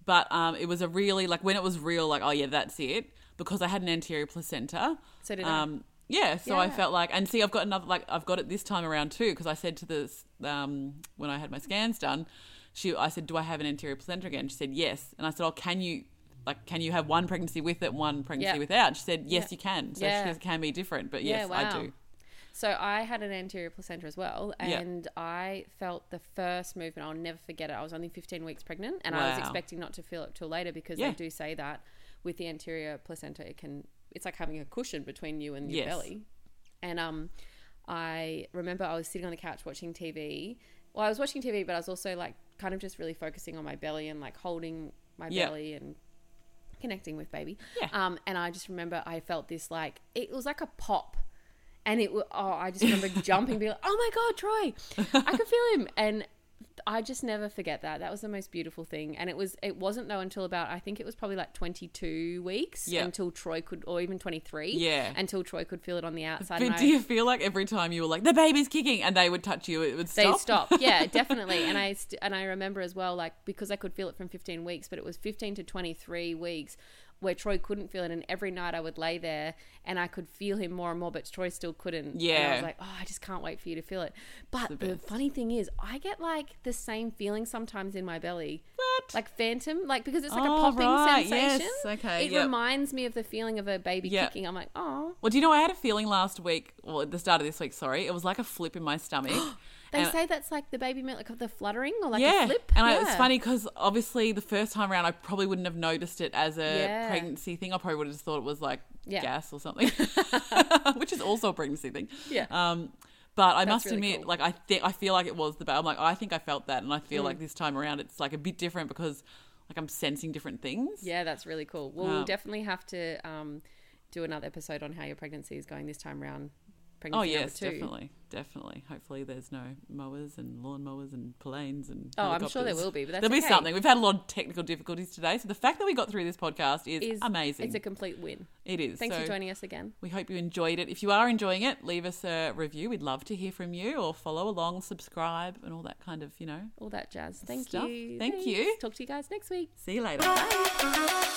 Speaker 1: But um, it was a really like when it was real, like oh yeah, that's it. Because I had an anterior placenta.
Speaker 2: So did I.
Speaker 1: um, Yeah, so I
Speaker 2: Yeah.
Speaker 1: felt like, and see, I've got another, like, I've got it this time around too, because I said to this, um, when I had my scans done, she, I said, do I have an anterior placenta again? She said, yes. And I said, oh, can you, like, can you have one pregnancy with it, one pregnancy
Speaker 2: Yeah.
Speaker 1: without? She said, yes,
Speaker 2: Yeah.
Speaker 1: you can. So
Speaker 2: Yeah.
Speaker 1: she says, it can be different, but
Speaker 2: Yeah,
Speaker 1: yes,
Speaker 2: wow.
Speaker 1: I do.
Speaker 2: So I had an anterior placenta as well,
Speaker 1: Yeah.
Speaker 2: and I felt the first movement. I'll never forget it. I was only 15 weeks pregnant, and I was
Speaker 1: Wow.
Speaker 2: expecting not to feel it till later because
Speaker 1: Yeah.
Speaker 2: they do say that with the anterior placenta, it can. It's like having a cushion between you and your
Speaker 1: Yes.
Speaker 2: belly. And um, I remember I was sitting on the couch watching TV. Well, I was watching TV, but I was also like kind of just really focusing on my belly and like holding my
Speaker 1: Yeah.
Speaker 2: belly and connecting with baby.
Speaker 1: Yeah.
Speaker 2: Um, and I just remember I felt this like it was like a pop, and it wa- oh I just remember jumping, being like, oh my god, Troy, I could feel him, and I just never forget that. That was the most beautiful thing, and it was it wasn't though until about I think it was probably like twenty two weeks
Speaker 1: Yeah.
Speaker 2: until Troy could or even twenty three
Speaker 1: Yeah.
Speaker 2: until Troy could feel it on the outside. and
Speaker 1: But
Speaker 2: I-
Speaker 1: do you feel like every time you were like the baby's kicking and they would touch you, it would
Speaker 2: they
Speaker 1: stop?
Speaker 2: stop. Yeah, definitely. And I st- and I remember as well, like because I could feel it from 15 weeks, but it was 15 to 23 weeks where Troy couldn't feel it, and every night I would lay there and I could feel him more and more, but Troy still couldn't. and I
Speaker 1: Yeah.
Speaker 2: was like, oh, I just can't wait for you to feel it. But
Speaker 1: the
Speaker 2: the,
Speaker 1: best.
Speaker 2: funny thing is, I get like the same feeling sometimes in my belly.
Speaker 1: What?
Speaker 2: Like phantom, like because it's like
Speaker 1: Oh,
Speaker 2: a popping
Speaker 1: right.
Speaker 2: sensation.
Speaker 1: Yes. Okay,
Speaker 2: It
Speaker 1: yep.
Speaker 2: reminds me of the feeling of a baby
Speaker 1: Yeah.
Speaker 2: kicking. I'm like, oh,
Speaker 1: Well, do you know I had a feeling last week, well, at the start of this week, sorry, it was like a flip in my stomach.
Speaker 2: they
Speaker 1: And-
Speaker 2: say that's like the baby milk, like the fluttering or like
Speaker 1: yeah,
Speaker 2: a flip.
Speaker 1: and I, it's
Speaker 2: Yeah.
Speaker 1: funny because obviously the first time around I probably wouldn't have noticed it as a
Speaker 2: Yeah.
Speaker 1: pregnancy thing. I probably would have just thought it was like
Speaker 2: Yeah.
Speaker 1: gas or something, which is also a pregnancy thing.
Speaker 2: Yeah.
Speaker 1: Um, but I must
Speaker 2: really
Speaker 1: admit,
Speaker 2: cool. Mm.
Speaker 1: like I think I feel like it was the ba- I'm like I think I felt that, and I feel like this time around it's like a bit different because like I'm sensing different things.
Speaker 2: Yeah, that's really cool. Well, we'll
Speaker 1: Um,
Speaker 2: definitely have to um, do another episode on how your pregnancy is going this time round
Speaker 1: Oh
Speaker 2: pregnancy
Speaker 1: yes,
Speaker 2: number two.
Speaker 1: definitely, definitely. Hopefully, there's no mowers and lawn mowers and planes and.
Speaker 2: Oh, I'm sure there
Speaker 1: helicopters.
Speaker 2: will be, but that's
Speaker 1: there'll be
Speaker 2: okay.
Speaker 1: something. We've had a lot of technical difficulties today, so the fact that we got through this podcast is,
Speaker 2: Is,
Speaker 1: amazing.
Speaker 2: It's a complete win.
Speaker 1: it is.
Speaker 2: Thanks
Speaker 1: So
Speaker 2: for joining us again.
Speaker 1: We hope you enjoyed it. If you are enjoying it, leave us a review. We'd love to hear from you, or follow along, subscribe, and all that kind of you know.
Speaker 2: All that jazz. Thank
Speaker 1: Stuff.
Speaker 2: you.
Speaker 1: Thank you.
Speaker 2: Thanks. Talk to you guys next week.
Speaker 1: See you later. Bye.